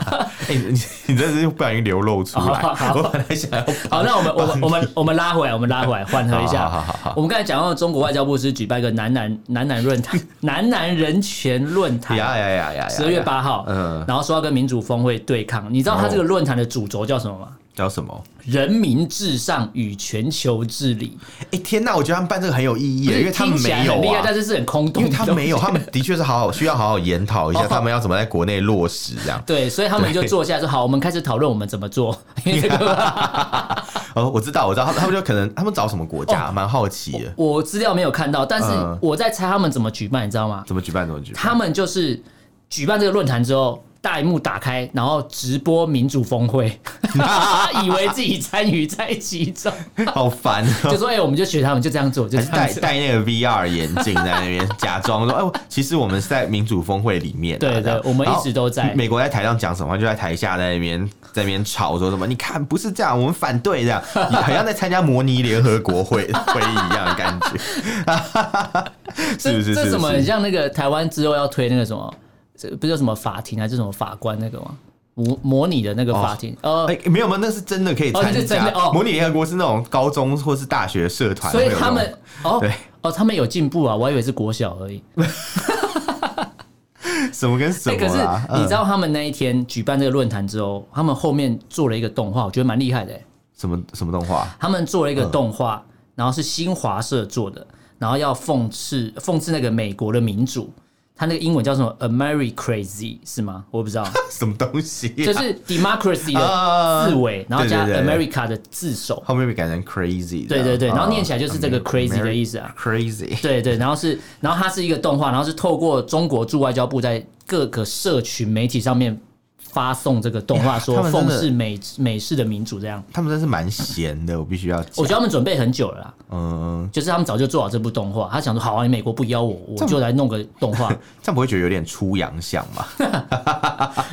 [SPEAKER 1] 哎，你你真的是不小心流露出来
[SPEAKER 2] 哦好好，
[SPEAKER 1] 我本来想要
[SPEAKER 2] 好，那我们我们我们我们拉回来，我们拉回来，缓和一下。
[SPEAKER 1] 好好好好
[SPEAKER 2] 我们刚才讲到中国外交部是举办一个南南南南 论坛，南南人权论坛，
[SPEAKER 1] 呀呀呀呀呀！
[SPEAKER 2] 十二月八号，
[SPEAKER 1] 嗯哦
[SPEAKER 2] 然后说要跟民主峰会对抗。你知道他这个论坛的主轴叫什么吗？
[SPEAKER 1] 叫什么？
[SPEAKER 2] 人民至上与全球治理。
[SPEAKER 1] 哎、天呐，我觉得他们办这个很有意义耶，因为他们
[SPEAKER 2] 听起来
[SPEAKER 1] 没有
[SPEAKER 2] 很厉害，
[SPEAKER 1] 啊
[SPEAKER 2] 但。是是很空洞
[SPEAKER 1] 因
[SPEAKER 2] 的
[SPEAKER 1] 为
[SPEAKER 2] 东西。
[SPEAKER 1] 他们没有，他们的确是好好需要好好研讨一
[SPEAKER 2] 哦
[SPEAKER 1] 下，他们要怎么在国内落实这样。
[SPEAKER 2] 对，所以他们就坐下来说：“好，我们开始讨论我们怎么做。” 因为这 个
[SPEAKER 1] 哦，我知道，我知道，他们他们就可能他们找什么国
[SPEAKER 2] 哦
[SPEAKER 1] 家，蛮好奇的，
[SPEAKER 2] 我资料没有看到，但是
[SPEAKER 1] 嗯
[SPEAKER 2] 我在猜他们怎么举办，你知道吗？
[SPEAKER 1] 怎么举办，怎么举办。
[SPEAKER 2] 他们就是举办这个论坛之后，大荧幕打开，然后直播民主 峰会，以为自己参与在其中，
[SPEAKER 1] 好烦哦、
[SPEAKER 2] 就说：“哎、我们就学他们，就这样做，就
[SPEAKER 1] 还
[SPEAKER 2] 这
[SPEAKER 1] 是
[SPEAKER 2] 样
[SPEAKER 1] 戴
[SPEAKER 2] 子。
[SPEAKER 1] 戴那个 VR 眼镜在那边假装 说，哎、我其实我们是在民主峰会里面啊、
[SPEAKER 2] 对对
[SPEAKER 1] 这样
[SPEAKER 2] 我们一直都在
[SPEAKER 1] 然后美国在台上讲什么，他就在台下在那边在那边吵说什么，你看不是这样，我们反对这样，好像在参加模拟联合国会 会议一样的感觉， 哎是不是？是
[SPEAKER 2] 这这怎
[SPEAKER 1] 不
[SPEAKER 2] 么很
[SPEAKER 1] 是？
[SPEAKER 2] 像那个台湾之后要推那个什么？这不是有什么法庭还是什么法官那个吗？模模拟的那个法庭，呃，
[SPEAKER 1] 哎、没有吗？那是真的可以
[SPEAKER 2] 哦
[SPEAKER 1] 参
[SPEAKER 2] 那是真
[SPEAKER 1] 加、
[SPEAKER 2] 的哦
[SPEAKER 1] 模拟联合国是那种高中或是大学社团
[SPEAKER 2] 所
[SPEAKER 1] 会有
[SPEAKER 2] 以
[SPEAKER 1] 那种，
[SPEAKER 2] 他们哦
[SPEAKER 1] 对
[SPEAKER 2] 哦，他们有进步啊，我还以为是国小而已。
[SPEAKER 1] 什么跟什
[SPEAKER 2] 哎，可
[SPEAKER 1] 么
[SPEAKER 2] 是
[SPEAKER 1] 啦？
[SPEAKER 2] 你知
[SPEAKER 1] 嗯、
[SPEAKER 2] 道他们那一天举办这个论坛之后，他们后面做了一个动画，我觉得蛮厉害的、欸。
[SPEAKER 1] 什么什么动画？
[SPEAKER 2] 他们做了一个动画，然后是新华社做的，然后要讽刺讽刺那个美国的民主。他那个英文叫什么？Ameri Crazy 是吗？我 不知道，
[SPEAKER 1] 什么东西、啊？
[SPEAKER 2] 就是 democracy 的
[SPEAKER 1] 啊
[SPEAKER 2] 字尾，然后加
[SPEAKER 1] 对对对
[SPEAKER 2] America 的字首。
[SPEAKER 1] 后面被改成 crazy，
[SPEAKER 2] 对对对
[SPEAKER 1] 这样
[SPEAKER 2] 然后念起来就是这个
[SPEAKER 1] 嗯
[SPEAKER 2] crazy
[SPEAKER 1] Ameri-
[SPEAKER 2] 的意思啊
[SPEAKER 1] ，crazy，
[SPEAKER 2] 对对，然后是，然后它是一个动画，然后是透过中国驻外交部在各个社群媒体上面发送这个动画，说
[SPEAKER 1] 哎他们真
[SPEAKER 2] 讽
[SPEAKER 1] 的
[SPEAKER 2] 刺美美式的民主这样。
[SPEAKER 1] 他们真是蛮闲的，我必须要讲，
[SPEAKER 2] 我觉得他们准备很久了啦，
[SPEAKER 1] 嗯，
[SPEAKER 2] 就是他们早就做好这部动画，他想说好啊，你美国不邀我，我就来弄个动 画，
[SPEAKER 1] 这样不会觉得有点出洋相 吗？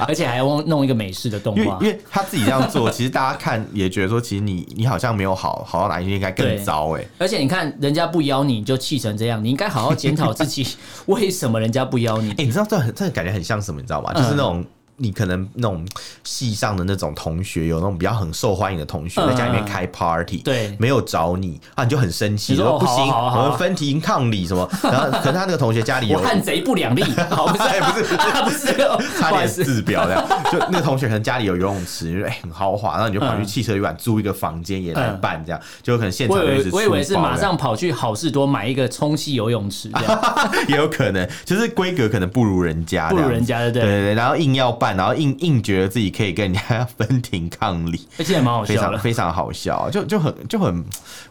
[SPEAKER 2] 而且还要弄一个美式的动
[SPEAKER 1] 因为
[SPEAKER 2] 画
[SPEAKER 1] 因。为他自己这样做，其实大家看也觉得说，其实你你好像没有好好到哪里去，应该
[SPEAKER 2] 对
[SPEAKER 1] 更糟哎、
[SPEAKER 2] 而且你看，人家不邀你，你就气成这样，你应该好好检讨 自己，为什么人家不邀你
[SPEAKER 1] 哎、？你知道这很这感觉很像什么？你知道吗？就是
[SPEAKER 2] 嗯
[SPEAKER 1] 那种。你可能那种系上的那种同学，有那种比较很受欢迎的同学，
[SPEAKER 2] 嗯
[SPEAKER 1] 在家里面开 party，、
[SPEAKER 2] 对
[SPEAKER 1] 没有找你啊，你就很生气，
[SPEAKER 2] 你说哦
[SPEAKER 1] 不
[SPEAKER 2] 好啊
[SPEAKER 1] 行，
[SPEAKER 2] 好啊好啊
[SPEAKER 1] 我们分庭抗礼什么。然后，可是他那个同学家里 有
[SPEAKER 2] 我
[SPEAKER 1] 哎
[SPEAKER 2] 汉贼不两立， 好不是不是 不是这个，
[SPEAKER 1] 差
[SPEAKER 2] 不好意
[SPEAKER 1] 点
[SPEAKER 2] 思
[SPEAKER 1] 自标这样。就那个同学可能家里有游泳池，你就哎、很豪华，然后你就跑去汽车旅馆租一个房间也来办这样，就可能现场
[SPEAKER 2] 嗯我以
[SPEAKER 1] 就一
[SPEAKER 2] 为
[SPEAKER 1] 直
[SPEAKER 2] 我以为是
[SPEAKER 1] 出包
[SPEAKER 2] 马
[SPEAKER 1] 这样
[SPEAKER 2] 上跑去好事多买一个充气游泳池，这 样
[SPEAKER 1] 也有可能，就是规格可能不如人家，
[SPEAKER 2] 不如人。家，对不
[SPEAKER 1] 对
[SPEAKER 2] 对？
[SPEAKER 1] 对对，然后硬要办，然后硬硬觉得自己可以跟人家分庭抗礼，
[SPEAKER 2] 而且也蛮好
[SPEAKER 1] 非
[SPEAKER 2] 笑
[SPEAKER 1] 常
[SPEAKER 2] 的。
[SPEAKER 1] 非常好笑，就就很就很，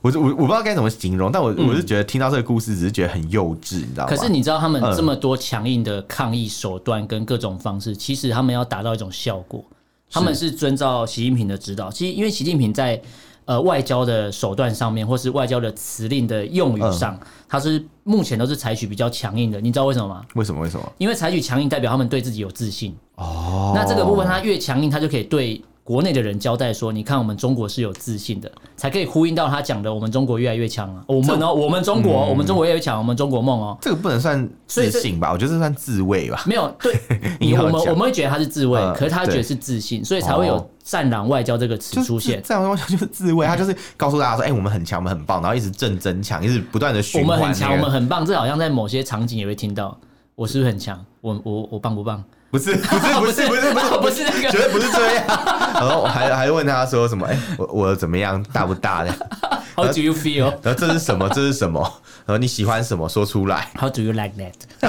[SPEAKER 1] 我我我不知道该怎么形容，但我、我是觉得听到这个故事，只是觉得很幼稚，你知道吗？
[SPEAKER 2] 嗯可是你知道他们
[SPEAKER 1] 嗯
[SPEAKER 2] 这么多强硬的抗议手段跟各种方式，其实他们要达到一种效果，他们是遵照习近平的指导。其实因为习近平在呃外交的手段上面，或是外交的辞令的用语上，他是目前都是采取比较强硬的。你知道为什么吗？
[SPEAKER 1] 为什么为什么？
[SPEAKER 2] 因为采取强硬代表他们对自己有自信。
[SPEAKER 1] 哦，
[SPEAKER 2] 那这个部分，他越强硬，他就可以对国内的人交代说：“你看，我们中国是有自信的，才可以呼应到他讲的，我们中国越来越强啊，我们哦，我们中国哦，我们中国越来越强，我们中国梦哦。”
[SPEAKER 1] 这个不能算
[SPEAKER 2] 所以
[SPEAKER 1] 自
[SPEAKER 2] 这
[SPEAKER 1] 信吧？我觉得这算自卫吧。
[SPEAKER 2] 没有 对你，
[SPEAKER 1] 硬要
[SPEAKER 2] 我们
[SPEAKER 1] 讲
[SPEAKER 2] 我们会觉得他是自卫，
[SPEAKER 1] 嗯
[SPEAKER 2] 可是他觉得是自信，所以才会有
[SPEAKER 1] 哦
[SPEAKER 2] “战狼外交”这个词
[SPEAKER 1] 就是
[SPEAKER 2] 出现。
[SPEAKER 1] 这样东西就是自卫，他就是告诉大家说，哎、我们很强，我们很棒，然后一直正增强，一直不断的
[SPEAKER 2] 我
[SPEAKER 1] 循环、
[SPEAKER 2] 们
[SPEAKER 1] 那
[SPEAKER 2] 很
[SPEAKER 1] 个
[SPEAKER 2] 强，我们很棒，这好像在某些场景也会听到。我是不是很强？我我我棒不棒？
[SPEAKER 1] 不是不是 不是不是不是
[SPEAKER 2] 不是那
[SPEAKER 1] 绝
[SPEAKER 2] 个。
[SPEAKER 1] 对不是这样。 然后我还还问他说什么？哎、我我怎么样大不大的？
[SPEAKER 2] How do you feel?
[SPEAKER 1] 然后这是什 么？这是什么？然后你喜欢什么？说出来。
[SPEAKER 2] How do you like that?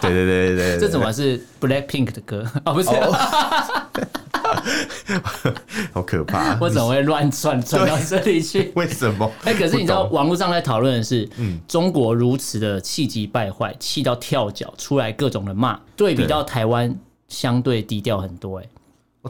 [SPEAKER 1] 对对对对对
[SPEAKER 2] 这怎？
[SPEAKER 1] 对
[SPEAKER 2] 么是 Black Pink 的歌？ 哦，不是，
[SPEAKER 1] 对好可怕！
[SPEAKER 2] 我怎么会乱窜窜到这里去？
[SPEAKER 1] 为什么？
[SPEAKER 2] 哎、可是你知道，
[SPEAKER 1] 不懂嗯
[SPEAKER 2] 网络上在讨论的是，中国如此的气急败坏，气到跳脚，出来各种的骂，对比到台湾相对低调很多、哎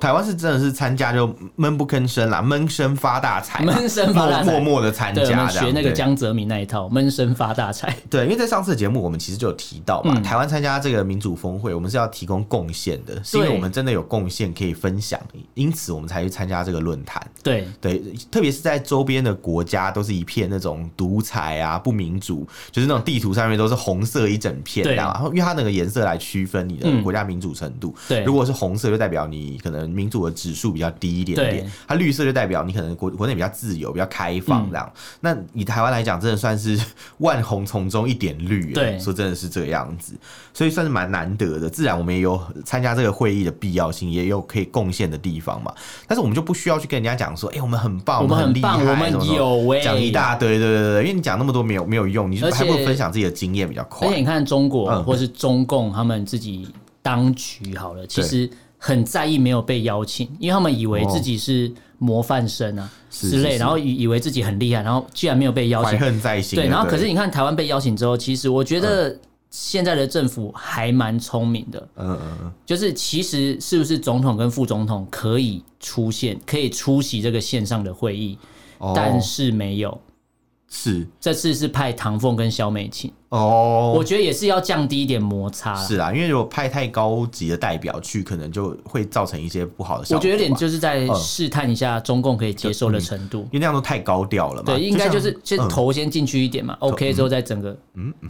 [SPEAKER 1] 台湾是真的是参加就闷不吭声啦，闷声发大财
[SPEAKER 2] 哎，
[SPEAKER 1] 啦，
[SPEAKER 2] 闷声发大
[SPEAKER 1] 默默
[SPEAKER 2] 财。
[SPEAKER 1] 默的参加
[SPEAKER 2] 对，
[SPEAKER 1] 这
[SPEAKER 2] 我
[SPEAKER 1] 样
[SPEAKER 2] 们。学那个
[SPEAKER 1] 对
[SPEAKER 2] 江泽民那一套，闷声发大财。
[SPEAKER 1] 对，因为在上次的节目，我们其实就有提到
[SPEAKER 2] 嗯
[SPEAKER 1] 嘛，台湾参加这个民主峰会，我们是要提供贡献的，是因为
[SPEAKER 2] 对
[SPEAKER 1] 我们真的有贡献可以分享，因此我们才去参加这个论坛。
[SPEAKER 2] 对，
[SPEAKER 1] 对，特别是在周边的国家，都是一片那种独裁啊、不民主，就是那种地图上面都是红色一整片，
[SPEAKER 2] 对
[SPEAKER 1] 这样啊。然后因为它那个颜色来区分你的
[SPEAKER 2] 嗯
[SPEAKER 1] 国家民主程度。
[SPEAKER 2] 对
[SPEAKER 1] 如果是红色，就代表你可能民主的指数比较低一点
[SPEAKER 2] 对
[SPEAKER 1] 点；，它绿色就代表你可能国国内比较自由、比较开放这样。那以台湾来讲，真的算是万红丛中一点绿，
[SPEAKER 2] 对
[SPEAKER 1] 说真的是这样子，所以算是蛮难得的。自然我们也有参加这个会议的必要性，也有可以贡献的地方嘛。但是我们就不需要去跟人家讲说，哎、我们很棒，
[SPEAKER 2] 我们
[SPEAKER 1] 们
[SPEAKER 2] 很
[SPEAKER 1] 厉害，
[SPEAKER 2] 棒，我们
[SPEAKER 1] 什么什么
[SPEAKER 2] 有哎、
[SPEAKER 1] 讲一大堆，对对对对，因为你讲那么多没有没有用，你就
[SPEAKER 2] 而且
[SPEAKER 1] 还不如分享自己的经验比较快
[SPEAKER 2] 而且。你看中国
[SPEAKER 1] 嗯
[SPEAKER 2] 或是中共他们自己当局好了，其实很在意没有被邀请，因为他们以为自己是模范生啊
[SPEAKER 1] 哦是
[SPEAKER 2] 之
[SPEAKER 1] 是
[SPEAKER 2] 类，
[SPEAKER 1] 是
[SPEAKER 2] 然后以以为自己很厉害，然后居然没有被邀
[SPEAKER 1] 怀
[SPEAKER 2] 请。
[SPEAKER 1] 恨在心啊，
[SPEAKER 2] 对，然后可
[SPEAKER 1] 对
[SPEAKER 2] 是你看台湾被邀请之后，其实我觉得现在的政府还蛮聪明的，
[SPEAKER 1] 嗯嗯嗯，
[SPEAKER 2] 就是其实是不是总统跟副总统可以出现，可以出席这个线上的会议，
[SPEAKER 1] 哦
[SPEAKER 2] 但是没有，
[SPEAKER 1] 是
[SPEAKER 2] 这次是派唐凤跟萧美琴，
[SPEAKER 1] 哦
[SPEAKER 2] 我，觉得也是要降低一点摩擦啦。
[SPEAKER 1] 是啦，因为如果派太高级的代表去，可能就会造成一些不好的效果
[SPEAKER 2] 我
[SPEAKER 1] 吧。
[SPEAKER 2] 觉得有点就是在
[SPEAKER 1] 嗯
[SPEAKER 2] 试探一下中共可以接受的程度。
[SPEAKER 1] 因为那样都太高调了嘛。
[SPEAKER 2] 对，应该就是
[SPEAKER 1] 像
[SPEAKER 2] 先
[SPEAKER 1] 嗯
[SPEAKER 2] 头先进去一点嘛、o k 之后再整个，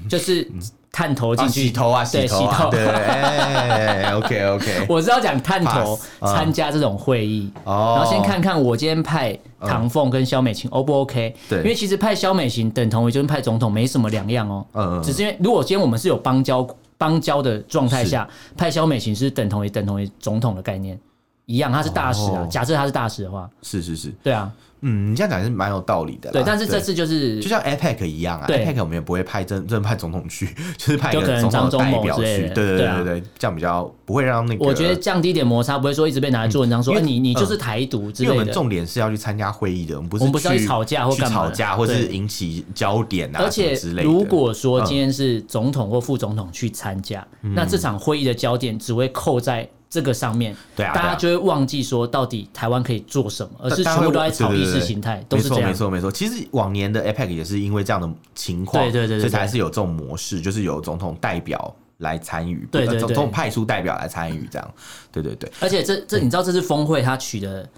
[SPEAKER 2] 就是探头进
[SPEAKER 1] 啊
[SPEAKER 2] 去、
[SPEAKER 1] 洗头啊，
[SPEAKER 2] 对，
[SPEAKER 1] 头啊，
[SPEAKER 2] 头。
[SPEAKER 1] 对哎，OK OK，
[SPEAKER 2] 我是要讲探头
[SPEAKER 1] Pass，嗯
[SPEAKER 2] 参加这种会议，
[SPEAKER 1] 哦，嗯
[SPEAKER 2] 然后先看看我今天派唐凤跟萧美琴 O 不 OK？
[SPEAKER 1] 对
[SPEAKER 2] 因为其实派萧美琴等同于就是派总统没什么两样哦。
[SPEAKER 1] 嗯，嗯嗯，
[SPEAKER 2] 只是因为如果今天我们是有邦交邦交的状态下，派萧美琴是等同于等同于总统的概念一样，他是大使啊。
[SPEAKER 1] 哦
[SPEAKER 2] 假设他是大使的话，
[SPEAKER 1] 是是是，
[SPEAKER 2] 对啊，
[SPEAKER 1] 嗯，你这样讲是蛮有道理的啦。
[SPEAKER 2] 对。但是这次就是
[SPEAKER 1] 啊就像 APEC 一样啊
[SPEAKER 2] 对
[SPEAKER 1] ，APEC 我们也不会派真真的派总统去， 就是派一
[SPEAKER 2] 就可
[SPEAKER 1] 个
[SPEAKER 2] 能
[SPEAKER 1] 总统的
[SPEAKER 2] 张忠谋
[SPEAKER 1] 代表
[SPEAKER 2] 之类
[SPEAKER 1] 去，
[SPEAKER 2] 的
[SPEAKER 1] 对
[SPEAKER 2] 对
[SPEAKER 1] 对
[SPEAKER 2] 啊
[SPEAKER 1] 对对，这样比较不会让那个。
[SPEAKER 2] 我觉得降低一点摩擦，不会说一直被拿来做文章说，
[SPEAKER 1] 因
[SPEAKER 2] 哎，
[SPEAKER 1] 为
[SPEAKER 2] 你你就
[SPEAKER 1] 嗯
[SPEAKER 2] 是台独之
[SPEAKER 1] 因为我
[SPEAKER 2] 类
[SPEAKER 1] 们
[SPEAKER 2] 的。
[SPEAKER 1] 重点是要去参加会议的，我们不是
[SPEAKER 2] 我们不是要去
[SPEAKER 1] 去
[SPEAKER 2] 吵架或
[SPEAKER 1] 去
[SPEAKER 2] 干嘛
[SPEAKER 1] 吵
[SPEAKER 2] 的
[SPEAKER 1] 架，或是
[SPEAKER 2] 对
[SPEAKER 1] 引起焦点啊，
[SPEAKER 2] 而且
[SPEAKER 1] 什么之类的。
[SPEAKER 2] 如果说
[SPEAKER 1] 嗯
[SPEAKER 2] 今天是总统或副总统去参加，那这场会议的焦点只会扣在。这个上面，
[SPEAKER 1] 对啊
[SPEAKER 2] 大
[SPEAKER 1] 对
[SPEAKER 2] 家
[SPEAKER 1] 啊
[SPEAKER 2] 就会忘记说到底台湾可以做什么，而是
[SPEAKER 1] 大家
[SPEAKER 2] 全
[SPEAKER 1] 会
[SPEAKER 2] 部都在炒
[SPEAKER 1] 对对
[SPEAKER 2] 意
[SPEAKER 1] 对
[SPEAKER 2] 识
[SPEAKER 1] 对
[SPEAKER 2] 形态，哎都
[SPEAKER 1] 没
[SPEAKER 2] 是
[SPEAKER 1] 错
[SPEAKER 2] 这样
[SPEAKER 1] 没。错没错。其实往年的 APEC 也是因为这样的情况，
[SPEAKER 2] 对对对对
[SPEAKER 1] 所以才
[SPEAKER 2] 对
[SPEAKER 1] 是有这种模式，就是有总统代表来参与，
[SPEAKER 2] 对
[SPEAKER 1] 呃
[SPEAKER 2] 对
[SPEAKER 1] 总
[SPEAKER 2] 对
[SPEAKER 1] 统派出代表来参与，这样，对对对，嗯
[SPEAKER 2] 而且这这你知道这次峰会他取的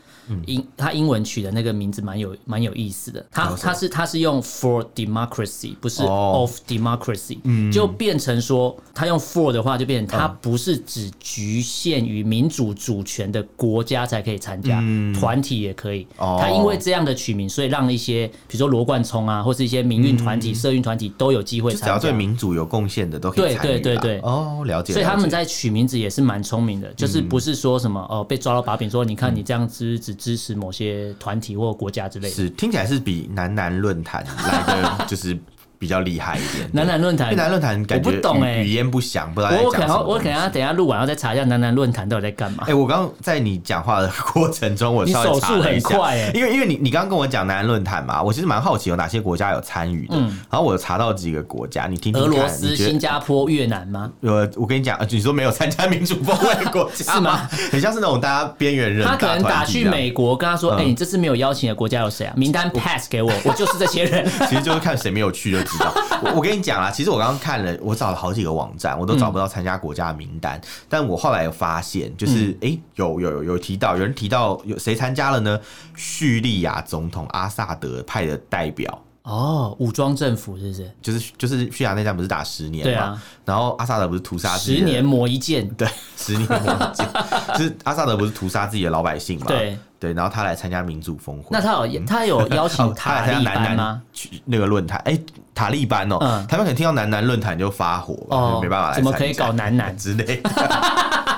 [SPEAKER 2] 英他英文取的那个名字蛮有蛮有意思的，他
[SPEAKER 1] 叫什么
[SPEAKER 2] 他是他是用 for democracy 不是
[SPEAKER 1] 哦嗯
[SPEAKER 2] of democracy，、就变成说他用 for 的话就变成他不是只局限于民主主权的国家才可以参加，团、体也可以。
[SPEAKER 1] 嗯哦
[SPEAKER 2] 他因为这样的取名，所以让一些比如说罗贯聪啊，或是一些民运团体、社运团体都有机会
[SPEAKER 1] 嗯就只要
[SPEAKER 2] 参加
[SPEAKER 1] 对。民主有贡献的都可以参与
[SPEAKER 2] 对
[SPEAKER 1] 啦。啊
[SPEAKER 2] 对对对
[SPEAKER 1] 哦，了解。
[SPEAKER 2] 所以他
[SPEAKER 1] 了
[SPEAKER 2] 们
[SPEAKER 1] 解嗯
[SPEAKER 2] 在取名字也是蛮聪明的，就是不是说什么哦被抓到把柄，说你看你这样子只支持某些团体或国家之类的。
[SPEAKER 1] 是听起来是比南南论坛来的就是比较厉害一点。
[SPEAKER 2] 南南论
[SPEAKER 1] 因
[SPEAKER 2] 坛
[SPEAKER 1] 为，南论坛感觉
[SPEAKER 2] 我不懂
[SPEAKER 1] 语
[SPEAKER 2] 欸
[SPEAKER 1] 语言不详，不知道在
[SPEAKER 2] 我我
[SPEAKER 1] 讲
[SPEAKER 2] 可能
[SPEAKER 1] 什么
[SPEAKER 2] 要我可能要等一下录完，要再查一下南南论坛到底在干嘛
[SPEAKER 1] 哎、。我刚刚在你讲话的过程中，我
[SPEAKER 2] 你
[SPEAKER 1] 稍微
[SPEAKER 2] 手
[SPEAKER 1] 查
[SPEAKER 2] 速
[SPEAKER 1] 了一
[SPEAKER 2] 很
[SPEAKER 1] 下，
[SPEAKER 2] 快哎，
[SPEAKER 1] 因为因为你你刚刚跟我讲南安论坛嘛，我其实蛮好奇有哪些国家有参与的，然后我有查到几个国家，你听听看
[SPEAKER 2] 嗯俄罗斯、
[SPEAKER 1] 你觉得
[SPEAKER 2] 新加坡、越南吗？
[SPEAKER 1] 呃，我跟你讲，呃你说没有参加民主峰会的国家
[SPEAKER 2] 是吗？
[SPEAKER 1] 很像是那种大家边缘人，
[SPEAKER 2] 他可能打去，美国，跟他说：“
[SPEAKER 1] 嗯
[SPEAKER 2] 哎，你这次没有邀请的国家有谁啊？名单 pass 给我，我就是这些人。
[SPEAKER 1] 其实就是看谁没有去就知道。我我跟你讲啊，其实我刚刚看了，我找了好几个网站，我都找
[SPEAKER 2] 嗯
[SPEAKER 1] 不到参加国家的名单，但我后来有发现，就是
[SPEAKER 2] 嗯
[SPEAKER 1] 哎、诶有有有有提到，有人提到有谁参加了呢？叙利亚总统阿萨德派的代表。”
[SPEAKER 2] 哦，武装政府是不是？
[SPEAKER 1] 就是就是叙利亚内战不是打十年
[SPEAKER 2] 对
[SPEAKER 1] 嘛，
[SPEAKER 2] 啊
[SPEAKER 1] 然后阿萨德不是屠杀自己
[SPEAKER 2] 十
[SPEAKER 1] 的
[SPEAKER 2] 年磨一剑，
[SPEAKER 1] 对十年王建， 就是阿萨德不是屠杀自己的老百姓嘛？
[SPEAKER 2] 对
[SPEAKER 1] 对，然后他来参加民主峰会，
[SPEAKER 2] 那他有他有邀请
[SPEAKER 1] 哦 他来
[SPEAKER 2] 塔
[SPEAKER 1] 参
[SPEAKER 2] 利
[SPEAKER 1] 加
[SPEAKER 2] 班
[SPEAKER 1] 南
[SPEAKER 2] 吗
[SPEAKER 1] 南？去那个论坛，哎、塔利班哦、
[SPEAKER 2] 嗯
[SPEAKER 1] 台湾可能听到南南论坛就发火吧，
[SPEAKER 2] 哦
[SPEAKER 1] 就没办法来参加，
[SPEAKER 2] 怎么可以搞南 南
[SPEAKER 1] 之类的？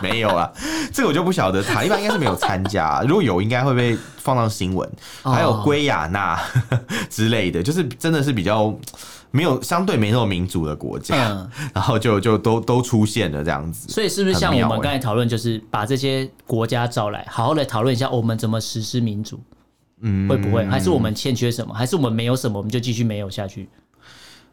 [SPEAKER 1] 没有啊，这个我就不晓得，塔利班应该是没有参加，啊 如果有应该会被放上新闻，
[SPEAKER 2] 哦
[SPEAKER 1] 还有圭亚那 之类的，就是真的是比较。没有相对没那么民主的国家，
[SPEAKER 2] 嗯
[SPEAKER 1] 然后就就都都出现了这样子，
[SPEAKER 2] 所以是不是像
[SPEAKER 1] 很妙
[SPEAKER 2] 我们
[SPEAKER 1] 欸
[SPEAKER 2] 刚才讨论，就是把这些国家找来，好好的讨论一下我们怎么实施民主？嗯，会不会？还是我们欠缺什么？还是我们没有什么，我们就继续没有下去？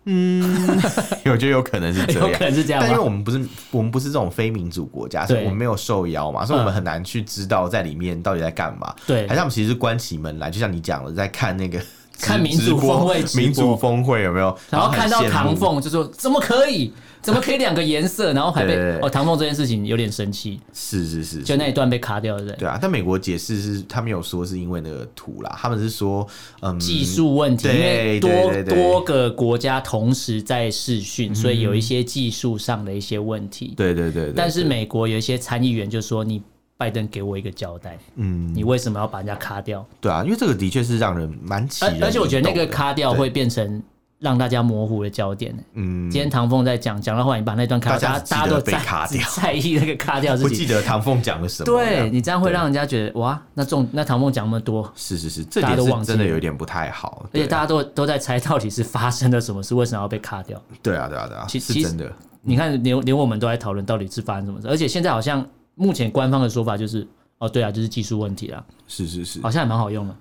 [SPEAKER 1] 我觉得有可能是这
[SPEAKER 2] 有
[SPEAKER 1] 样，
[SPEAKER 2] 可能是这样
[SPEAKER 1] 啊但因为
[SPEAKER 2] 吗？
[SPEAKER 1] 我们不是我们不是这种非民主国家，所以
[SPEAKER 2] 对
[SPEAKER 1] 我们没有受邀嘛，所以我们
[SPEAKER 2] 嗯
[SPEAKER 1] 很难去知道在里面到底在干嘛。
[SPEAKER 2] 对
[SPEAKER 1] 还是我们其实是关起门来，就像你讲的，在看那个
[SPEAKER 2] 看
[SPEAKER 1] 直
[SPEAKER 2] 民主
[SPEAKER 1] 直播
[SPEAKER 2] 峰会直播
[SPEAKER 1] 民主峰会有没有？
[SPEAKER 2] 然后看到
[SPEAKER 1] 很羡慕
[SPEAKER 2] 唐，凤就说：“怎么可以？怎么可以两个颜色？”然后还
[SPEAKER 1] 对
[SPEAKER 2] 被
[SPEAKER 1] 对对
[SPEAKER 2] 哦，唐凤这件事情有点生气，
[SPEAKER 1] 是是是，
[SPEAKER 2] 就那一段被卡掉，对不对？
[SPEAKER 1] 对啊。但美国解释是他们有说是因为那个图啦，他们是说嗯
[SPEAKER 2] 技术问题，因
[SPEAKER 1] 对
[SPEAKER 2] 为多
[SPEAKER 1] 对对对
[SPEAKER 2] 多个国家同时在视讯，所以有一些技术上的一些问题。
[SPEAKER 1] 对对对对，
[SPEAKER 2] 但是美国有一些参议员就说：“你拜登给我一个交代，嗯，你为什么要把人家卡掉？
[SPEAKER 1] 对啊，因为这个的确是让人蛮奇
[SPEAKER 2] 而
[SPEAKER 1] 人
[SPEAKER 2] 而且我觉得那
[SPEAKER 1] 异
[SPEAKER 2] 个
[SPEAKER 1] 动的
[SPEAKER 2] 卡掉会变成让大家模糊的焦点。
[SPEAKER 1] 嗯
[SPEAKER 2] 今天唐凤在讲，讲到后来你把那段卡掉，
[SPEAKER 1] 大
[SPEAKER 2] 大
[SPEAKER 1] 家
[SPEAKER 2] 家
[SPEAKER 1] 只记
[SPEAKER 2] 大家
[SPEAKER 1] 得
[SPEAKER 2] 都
[SPEAKER 1] 被
[SPEAKER 2] 在
[SPEAKER 1] 卡掉
[SPEAKER 2] 只 在意那个卡掉
[SPEAKER 1] 不
[SPEAKER 2] 事
[SPEAKER 1] 记
[SPEAKER 2] 情。
[SPEAKER 1] 得唐凤讲了什么，
[SPEAKER 2] 对你这样会
[SPEAKER 1] 对
[SPEAKER 2] 让人家觉得哇，那中那唐凤讲那么多，
[SPEAKER 1] 是是是，这
[SPEAKER 2] 大家
[SPEAKER 1] 点
[SPEAKER 2] 都
[SPEAKER 1] 是
[SPEAKER 2] 忘记
[SPEAKER 1] 真的
[SPEAKER 2] 了
[SPEAKER 1] 有一点不太好，
[SPEAKER 2] 而
[SPEAKER 1] 对啊
[SPEAKER 2] 且大家都都在猜到底是发生了什么事，为什么要被卡掉？
[SPEAKER 1] 对啊，对啊，对啊，
[SPEAKER 2] 其
[SPEAKER 1] 是
[SPEAKER 2] 其实
[SPEAKER 1] 真的。
[SPEAKER 2] 你看，连连我们都在讨论到底是发生什么事，而且现在好像目前官方的说法就是，哦，对啊，就是技术问题啦，
[SPEAKER 1] 是是是
[SPEAKER 2] 好，像还蛮好用的。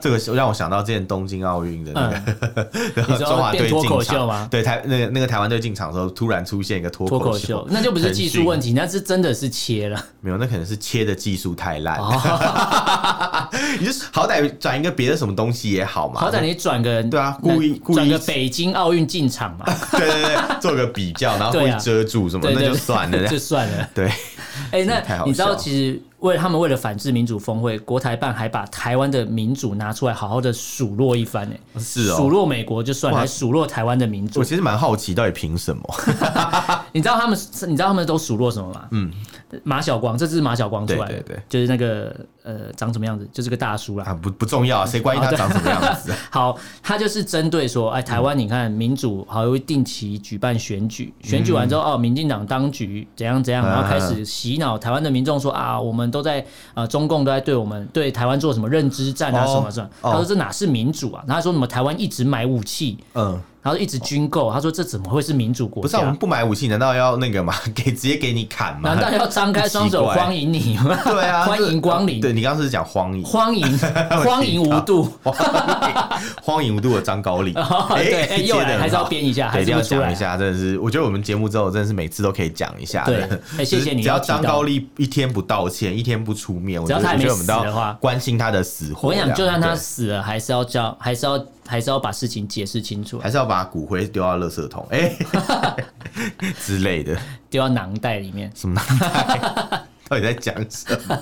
[SPEAKER 1] 这个让我想到之前东京奥运的那个、
[SPEAKER 2] 嗯 你
[SPEAKER 1] 中华
[SPEAKER 2] 说
[SPEAKER 1] 队
[SPEAKER 2] 变脱
[SPEAKER 1] 进
[SPEAKER 2] 口秀
[SPEAKER 1] 场，
[SPEAKER 2] 吗？
[SPEAKER 1] 对台那个那个台湾队进场的时候，突然出现一个脱
[SPEAKER 2] 脱口
[SPEAKER 1] 秀
[SPEAKER 2] 秀，，那就不是技术问
[SPEAKER 1] 题，
[SPEAKER 2] 题，那是真的是切了。
[SPEAKER 1] 没有，那可能是切的技术太烂，
[SPEAKER 2] 哦，
[SPEAKER 1] 你就是好歹转一个别的什么东西也好嘛，
[SPEAKER 2] 好歹你转个
[SPEAKER 1] 对啊故意故意
[SPEAKER 2] 转个北京奥运进 场嘛，
[SPEAKER 1] 对对对， 做个比较，然后故
[SPEAKER 2] 对
[SPEAKER 1] 意
[SPEAKER 2] 啊
[SPEAKER 1] 遮住什么，
[SPEAKER 2] 对
[SPEAKER 1] 那
[SPEAKER 2] 对，
[SPEAKER 1] 就算了，
[SPEAKER 2] 就算了。
[SPEAKER 1] 对，太
[SPEAKER 2] 哎、那
[SPEAKER 1] 好
[SPEAKER 2] 你知道，
[SPEAKER 1] 笑
[SPEAKER 2] 其实为了他们为了反制民主峰会，国台办还把台湾的民主拿出来好好的数落一番、欸，哎，
[SPEAKER 1] 是哦
[SPEAKER 2] 数落美国就算了，
[SPEAKER 1] 哇
[SPEAKER 2] 还数落台湾的民主
[SPEAKER 1] 我。其实蛮好奇，到底凭什么？
[SPEAKER 2] 你知道他们，你知道他们都数落什么吗？嗯，马晓光，这是马晓光出来的，
[SPEAKER 1] 对对对
[SPEAKER 2] 就是那个呃，长什么样子，就是个大叔啦。
[SPEAKER 1] 啊，不不重要，谁关心他长什么 样子？
[SPEAKER 2] 好，他就是针对说，哎，台湾你看民主好会定期举办选举，
[SPEAKER 1] 嗯
[SPEAKER 2] 选举完之后，哦，民进党当局怎样怎样，然后开始洗脑台湾的民众说啊，我们都在呃，中共都在对我们对台湾做什么认知战啊，
[SPEAKER 1] 哦
[SPEAKER 2] 什么什么。他说这哪是民主啊？他说什么台湾一直买武器，
[SPEAKER 1] 嗯，
[SPEAKER 2] 然后一直军购，他说这怎么会是民主国
[SPEAKER 1] 不是啊、我们
[SPEAKER 2] 家？
[SPEAKER 1] 不买武器，难道要那个吗？ 给直接给你砍吗
[SPEAKER 2] 难？道要张开双 手
[SPEAKER 1] 很奇怪
[SPEAKER 2] 欢迎你吗？
[SPEAKER 1] 对啊，
[SPEAKER 2] 欢迎光临
[SPEAKER 1] 对你刚刚是讲荒淫，
[SPEAKER 2] 欢迎欢迎无度。
[SPEAKER 1] 荒淫无度的张高丽，
[SPEAKER 2] 哦对，哎又
[SPEAKER 1] 接得
[SPEAKER 2] 来
[SPEAKER 1] 很
[SPEAKER 2] 还是要
[SPEAKER 1] 好
[SPEAKER 2] 编一下，
[SPEAKER 1] 对，
[SPEAKER 2] 还
[SPEAKER 1] 一
[SPEAKER 2] 是
[SPEAKER 1] 定要
[SPEAKER 2] 会出
[SPEAKER 1] 讲
[SPEAKER 2] 来
[SPEAKER 1] 一。下，真的是，我觉得我们节目之后，真的是每次都可以讲一下的。
[SPEAKER 2] 对哎谢谢你
[SPEAKER 1] 只要
[SPEAKER 2] 又提到
[SPEAKER 1] 张高丽一天不道歉，一天不出面，我
[SPEAKER 2] 只
[SPEAKER 1] 觉
[SPEAKER 2] 要
[SPEAKER 1] 得
[SPEAKER 2] 他还
[SPEAKER 1] 我
[SPEAKER 2] 没
[SPEAKER 1] 觉得我们都
[SPEAKER 2] 死的
[SPEAKER 1] 要
[SPEAKER 2] 话
[SPEAKER 1] 关心他的死活
[SPEAKER 2] 我
[SPEAKER 1] 这
[SPEAKER 2] 跟
[SPEAKER 1] 样。
[SPEAKER 2] 你讲，就算他
[SPEAKER 1] 对
[SPEAKER 2] 死了，还是要叫，还是要，还是要把事情解释清楚，
[SPEAKER 1] 还是要把骨灰丢到垃圾桶， 哎、之类的，
[SPEAKER 2] 丢到囊袋里面。
[SPEAKER 1] 什么男孩 到底在讲什 么？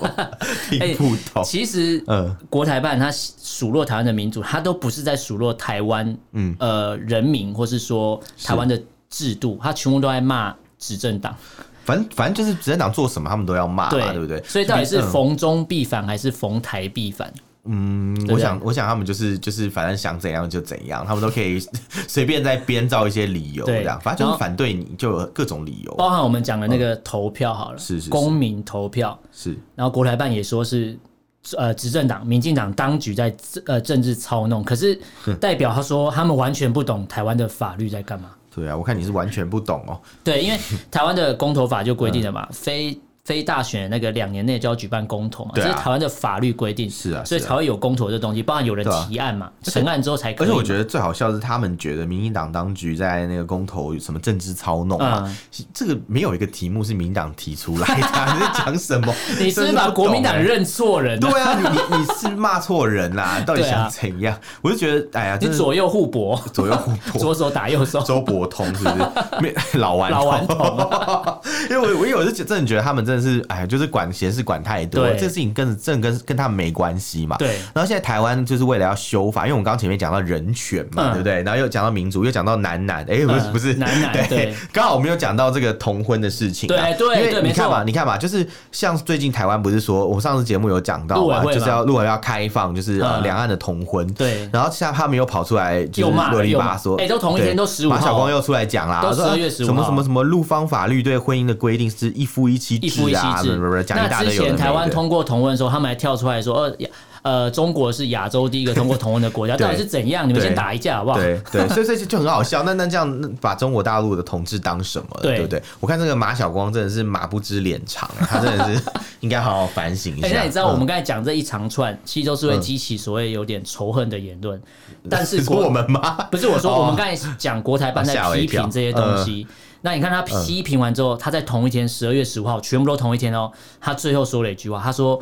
[SPEAKER 2] 哎
[SPEAKER 1] 听不懂。
[SPEAKER 2] 其实，
[SPEAKER 1] 嗯
[SPEAKER 2] 国台办他数落台湾的民主，他都不是在数落台湾，嗯，呃，人民或是说台湾的制度，他全部都在骂执政党。
[SPEAKER 1] 反正反正就是执政党做什么，他们都要骂嘛，对不对？
[SPEAKER 2] 所以到底是
[SPEAKER 1] 嗯
[SPEAKER 2] 逢中必反还是逢台必反？
[SPEAKER 1] 嗯
[SPEAKER 2] 对
[SPEAKER 1] 我想，我想他们就是就是，反正想怎样就怎样，他们都可以 随便再编造一些理由，这
[SPEAKER 2] 对
[SPEAKER 1] 样，反正就
[SPEAKER 2] 然
[SPEAKER 1] 是
[SPEAKER 2] 后
[SPEAKER 1] 反对你，就有各种理由。
[SPEAKER 2] 包含我们讲的那个投票好了，
[SPEAKER 1] 嗯是是是
[SPEAKER 2] 公民投票，
[SPEAKER 1] 是，
[SPEAKER 2] 然后国台办也说是。呃，执政党、民进党当局在呃政治操弄，可是代表他说他们完全不懂台湾的法律在干嘛。
[SPEAKER 1] 对啊，我看你是完全不懂哦。
[SPEAKER 2] 对，因为台湾的公投法就规定了
[SPEAKER 1] 嗯
[SPEAKER 2] 嘛，非非大选那个两年内就要举办公投嘛，
[SPEAKER 1] 对啊
[SPEAKER 2] 这是台湾的法律规定，
[SPEAKER 1] 是啊
[SPEAKER 2] 所以
[SPEAKER 1] 是啊
[SPEAKER 2] 才会有公投这东西，包含有人
[SPEAKER 1] 对啊
[SPEAKER 2] 提案嘛，成案之后才可
[SPEAKER 1] 而
[SPEAKER 2] 以
[SPEAKER 1] 且
[SPEAKER 2] 嘛。
[SPEAKER 1] 我觉得最好笑的是，他们觉得民进党当局在那个公投有什么政治操弄啊，
[SPEAKER 2] 嗯
[SPEAKER 1] 这个没有一个题目是民进党提出来的 啊，你在讲什么？
[SPEAKER 2] 你是不是
[SPEAKER 1] 真的
[SPEAKER 2] 把
[SPEAKER 1] 不
[SPEAKER 2] 国民
[SPEAKER 1] 懂
[SPEAKER 2] 党
[SPEAKER 1] 欸
[SPEAKER 2] 认错人了，
[SPEAKER 1] 对啊，你你你是骂错人啦、到底
[SPEAKER 2] 对
[SPEAKER 1] 想
[SPEAKER 2] 啊
[SPEAKER 1] 怎样？我就觉得，哎呀，
[SPEAKER 2] 你
[SPEAKER 1] 真的是
[SPEAKER 2] 左右互搏，
[SPEAKER 1] 左右 互搏。
[SPEAKER 2] 左手打右 手，
[SPEAKER 1] 周伯通是不是？没老顽
[SPEAKER 2] 老顽
[SPEAKER 1] 童，
[SPEAKER 2] 童。
[SPEAKER 1] 因为我我有时候真的觉得他们真的是，哎，就是管闲事管太多，
[SPEAKER 2] 对
[SPEAKER 1] 这事情跟真的跟跟他们没关系嘛。
[SPEAKER 2] 对
[SPEAKER 1] 然后现在台湾就是为了要修法，因为我们刚刚前面讲到人权嘛，
[SPEAKER 2] 嗯
[SPEAKER 1] 对不对？然后又讲到民主，又讲到男男，哎、不是
[SPEAKER 2] 嗯
[SPEAKER 1] 不是
[SPEAKER 2] 男男对，
[SPEAKER 1] 刚好我们有讲到这个同婚的事情啊，
[SPEAKER 2] 对对
[SPEAKER 1] 因为
[SPEAKER 2] 对
[SPEAKER 1] 你
[SPEAKER 2] 没错
[SPEAKER 1] 看嘛，你看嘛，就是像最近台湾不是说，我上次节目有讲到
[SPEAKER 2] 陆委
[SPEAKER 1] 嘛，
[SPEAKER 2] 会嘛
[SPEAKER 1] 就是要陆委要开放，就是呃
[SPEAKER 2] 嗯
[SPEAKER 1] 两、岸的同婚，
[SPEAKER 2] 对
[SPEAKER 1] 然后现在他们又跑出来就
[SPEAKER 2] 又
[SPEAKER 1] 是
[SPEAKER 2] 骂
[SPEAKER 1] 啰
[SPEAKER 2] 了
[SPEAKER 1] 里
[SPEAKER 2] 又
[SPEAKER 1] 吧
[SPEAKER 2] 骂
[SPEAKER 1] 嗦，
[SPEAKER 2] 哎都同一天
[SPEAKER 1] 对
[SPEAKER 2] 都15
[SPEAKER 1] 马晓
[SPEAKER 2] 号
[SPEAKER 1] 光又出来讲啦，
[SPEAKER 2] 都
[SPEAKER 1] 说
[SPEAKER 2] 12月15
[SPEAKER 1] 什么什么
[SPEAKER 2] 号
[SPEAKER 1] 什么陆方法律对婚姻的规定是一夫一妻
[SPEAKER 2] 一夫一
[SPEAKER 1] 制
[SPEAKER 2] 妻
[SPEAKER 1] 啊，
[SPEAKER 2] 制。
[SPEAKER 1] 不不不讲一大
[SPEAKER 2] 那
[SPEAKER 1] 堆
[SPEAKER 2] 之
[SPEAKER 1] 有的
[SPEAKER 2] 前
[SPEAKER 1] 没
[SPEAKER 2] 台湾
[SPEAKER 1] 的
[SPEAKER 2] 通过同婚的时候，他们还跳出来说，呃，亚呃，中国是亚洲第一个通过同婚的国家，
[SPEAKER 1] 对
[SPEAKER 2] 到底是怎样？你们
[SPEAKER 1] 对
[SPEAKER 2] 先打一架好不好？
[SPEAKER 1] 对对，所以这就很好笑。那那这样那把中国大陆的统治当什么了？
[SPEAKER 2] 对
[SPEAKER 1] 对不对？我看这个马晓光真的是马不知脸长啊，他真的是 应该好好反省一
[SPEAKER 2] 哎、
[SPEAKER 1] 下。
[SPEAKER 2] 那你知道
[SPEAKER 1] 嗯
[SPEAKER 2] 我们刚才讲这一长串，其实都是会
[SPEAKER 1] 嗯
[SPEAKER 2] 激起所谓有点仇恨的言论，但
[SPEAKER 1] 你
[SPEAKER 2] 是
[SPEAKER 1] 说
[SPEAKER 2] 国啊
[SPEAKER 1] 我们吗？
[SPEAKER 2] 不是我说，
[SPEAKER 1] 哦
[SPEAKER 2] 我们刚才讲国台办在
[SPEAKER 1] 吓我一
[SPEAKER 2] 批
[SPEAKER 1] 跳嗯
[SPEAKER 2] 评这些东西。那你看他批评完之后，他在同一天十二月十五号，全部都同一天哦。他最后说了一句话，他说：“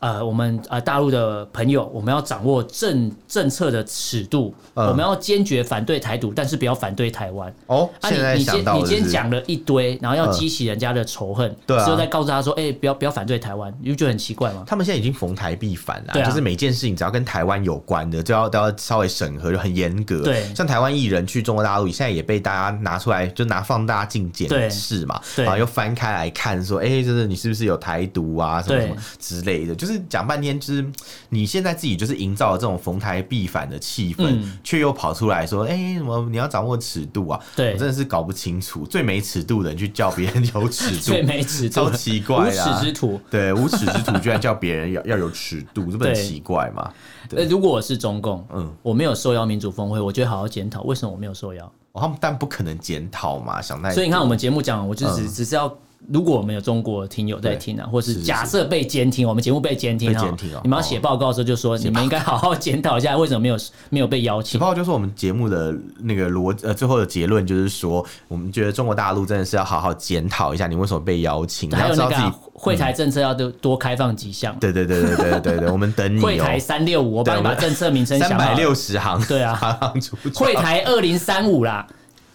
[SPEAKER 2] 呃，我们呃大陆的朋友，我们要掌握政政策的尺度，
[SPEAKER 1] 嗯
[SPEAKER 2] 我们要坚决反对台独，但是不要反对台湾。”
[SPEAKER 1] 哦，
[SPEAKER 2] 啊
[SPEAKER 1] 现在
[SPEAKER 2] 你你
[SPEAKER 1] 想
[SPEAKER 2] 今
[SPEAKER 1] 到了
[SPEAKER 2] 你今
[SPEAKER 1] 是
[SPEAKER 2] 天
[SPEAKER 1] 不是
[SPEAKER 2] 讲了一堆，然后要激起人家的仇恨，
[SPEAKER 1] 对啊
[SPEAKER 2] 之后再告诉他说：“哎、不要不要反对台湾。”你不觉得很奇怪吗？
[SPEAKER 1] 他们现在已经逢台必反了、
[SPEAKER 2] 对啊
[SPEAKER 1] 就是每件事情只要跟台湾有关的，就要都要稍微审核，就很严格。
[SPEAKER 2] 对
[SPEAKER 1] 像台湾艺人去中国大陆，现在也被大家拿出来就拿放大镜检
[SPEAKER 2] 对
[SPEAKER 1] 视嘛，
[SPEAKER 2] 对
[SPEAKER 1] 然后又翻开来看说，哎、就是你是不是有台独啊，什么什么之类的，就是讲半天，就是你现在自己就是营造了这种逢台必反的气氛
[SPEAKER 2] 嗯，
[SPEAKER 1] 却、又跑出来说，哎、什么你要掌握尺度啊，
[SPEAKER 2] 对
[SPEAKER 1] 我真的是搞不清楚，最没尺度的人去叫别人有尺度
[SPEAKER 2] 最，没尺度
[SPEAKER 1] 超
[SPEAKER 2] 的，
[SPEAKER 1] 奇
[SPEAKER 2] 无
[SPEAKER 1] 怪
[SPEAKER 2] 耻
[SPEAKER 1] 的、啊。
[SPEAKER 2] 之徒。
[SPEAKER 1] 对，无耻之徒居然叫别人要要有尺度，这不很
[SPEAKER 2] 对
[SPEAKER 1] 奇怪吗？对
[SPEAKER 2] 呃，如果我是中共，
[SPEAKER 1] 嗯
[SPEAKER 2] 嗯，我没有受邀民主峰会，我就会好好检讨为什么我没有受邀。
[SPEAKER 1] 哦他们但不可能检讨嘛，想太多
[SPEAKER 2] 所以你看，我们节目讲，我就只、
[SPEAKER 1] 嗯
[SPEAKER 2] 只是要如果我们有中国听友在听啊，或是
[SPEAKER 1] 是是
[SPEAKER 2] 假设被监听，我们节目被监听
[SPEAKER 1] 被
[SPEAKER 2] 啊
[SPEAKER 1] 监听哦，
[SPEAKER 2] 你们要写报告的时候就说，你们应该好好检讨一下为什么没有没有被邀请
[SPEAKER 1] 只不。过就是我们节目的那个逻呃最后的结论就是说，我们觉得中国大陆真的是要好好检讨一下你为什么被邀请，你
[SPEAKER 2] 还
[SPEAKER 1] 要
[SPEAKER 2] 有
[SPEAKER 1] 知
[SPEAKER 2] 那
[SPEAKER 1] 道
[SPEAKER 2] 个
[SPEAKER 1] 自己嗯
[SPEAKER 2] 啊、会台政策要多多开放几项，啊
[SPEAKER 1] 对对对对对对对，我们等你
[SPEAKER 2] 会台
[SPEAKER 1] 哦，
[SPEAKER 2] 三六五，我帮你
[SPEAKER 1] 对我
[SPEAKER 2] 把
[SPEAKER 1] 们
[SPEAKER 2] 政策名称
[SPEAKER 1] 三
[SPEAKER 2] 想好
[SPEAKER 1] 百
[SPEAKER 2] 了。
[SPEAKER 1] 六十行，
[SPEAKER 2] 对啊
[SPEAKER 1] 行行出状
[SPEAKER 2] 会台二零三五啦，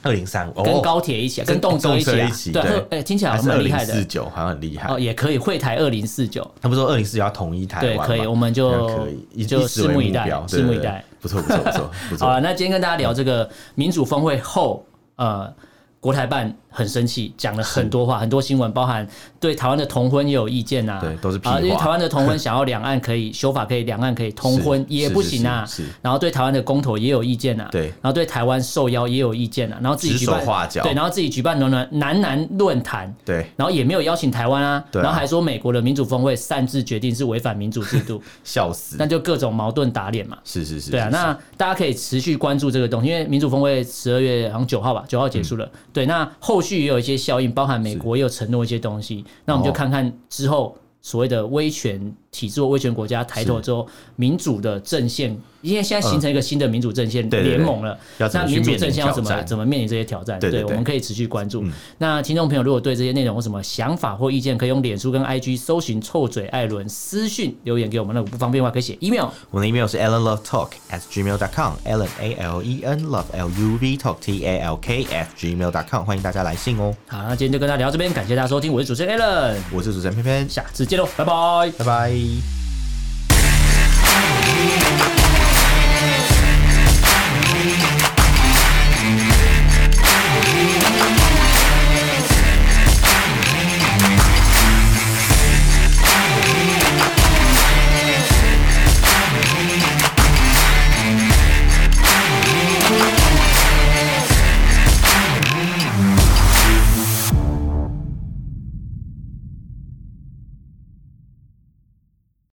[SPEAKER 1] 二零三五，
[SPEAKER 2] 跟高铁一起，
[SPEAKER 1] 哦跟
[SPEAKER 2] 跟动车一起
[SPEAKER 1] 动
[SPEAKER 2] 啊
[SPEAKER 1] 车一起，
[SPEAKER 2] 对
[SPEAKER 1] 对
[SPEAKER 2] 啊，哎，听起来
[SPEAKER 1] 还
[SPEAKER 2] 好
[SPEAKER 1] 是二
[SPEAKER 2] 像蛮厉
[SPEAKER 1] 零
[SPEAKER 2] 害
[SPEAKER 1] 四
[SPEAKER 2] 的
[SPEAKER 1] 九，好像很厉害
[SPEAKER 2] 哦，。也可以会台二零四九，
[SPEAKER 1] 他不是说二零四九要统一台湾
[SPEAKER 2] 对，
[SPEAKER 1] 吗
[SPEAKER 2] 可以，我们就
[SPEAKER 1] 那可以以
[SPEAKER 2] 就
[SPEAKER 1] 以此
[SPEAKER 2] 拭
[SPEAKER 1] 为
[SPEAKER 2] 目以
[SPEAKER 1] 目
[SPEAKER 2] 待
[SPEAKER 1] 标，，对
[SPEAKER 2] 拭目以，
[SPEAKER 1] 对
[SPEAKER 2] 待
[SPEAKER 1] 对。不错不错不错不
[SPEAKER 2] 好了，
[SPEAKER 1] 错，
[SPEAKER 2] 那今天跟大家聊这个民主峰会后，呃，国台办很生气，讲了很多话，很多新闻，包含对台湾的同婚也有意见啊，
[SPEAKER 1] 对都是屁
[SPEAKER 2] 啊、因为
[SPEAKER 1] 话
[SPEAKER 2] 台湾的同婚 想要两岸可以修法，可以两岸可以通婚
[SPEAKER 1] 是
[SPEAKER 2] 也
[SPEAKER 1] 是
[SPEAKER 2] 不
[SPEAKER 1] 是
[SPEAKER 2] 行啊
[SPEAKER 1] 是是
[SPEAKER 2] 然后对台湾的公投也有意见啊，
[SPEAKER 1] 对
[SPEAKER 2] 然后对台湾受邀也有意见啊，然后自己举办
[SPEAKER 1] 指手画脚
[SPEAKER 2] 对，然后自己举办暖暖南南论坛。
[SPEAKER 1] 对，
[SPEAKER 2] 然后也没有邀请台湾啊，
[SPEAKER 1] 对啊
[SPEAKER 2] 然后还说美国的民主峰会擅自决定是违反民主制 度，
[SPEAKER 1] 笑死
[SPEAKER 2] 那，就各种矛盾打脸嘛。
[SPEAKER 1] 是是是，
[SPEAKER 2] 对啊，
[SPEAKER 1] 是
[SPEAKER 2] 那大家可以持续关注这个东西，因为民主峰会十二月好像九号吧，九号
[SPEAKER 1] 嗯
[SPEAKER 2] 结束了。对，那后续也有一些效应，包含美国也有承诺一些东西，那我
[SPEAKER 1] 哦
[SPEAKER 2] 们就看看之后所谓的威权体制、威权国家抬头之后，民主的阵线，因为现在形成一个新的民主阵线
[SPEAKER 1] 嗯对对对
[SPEAKER 2] 联盟了，
[SPEAKER 1] 要怎
[SPEAKER 2] 那
[SPEAKER 1] 么去
[SPEAKER 2] 民主
[SPEAKER 1] 面临
[SPEAKER 2] 阵线要
[SPEAKER 1] 挑
[SPEAKER 2] 怎么
[SPEAKER 1] 战
[SPEAKER 2] 怎么面临这些挑战？
[SPEAKER 1] 对对对嗯
[SPEAKER 2] 我们可以持续关注。那听众朋友如果对这些内容有什么想法或意见，可以用脸书跟 IG 搜寻“臭嘴艾伦”私讯留言给我们，那如果不方便的话可以写 email。
[SPEAKER 1] 我们的 email 是 allenlovetalk at gmail dot com，allen a l e n love l u v talk t a l k at gmail dot com，欢迎大家来信哦。
[SPEAKER 2] 好，那今天就跟大家聊到这边，感谢大家收听，我是主持人 Alan，
[SPEAKER 1] 我是主持人偏偏，
[SPEAKER 2] 下次见喽，拜拜。
[SPEAKER 1] 拜拜。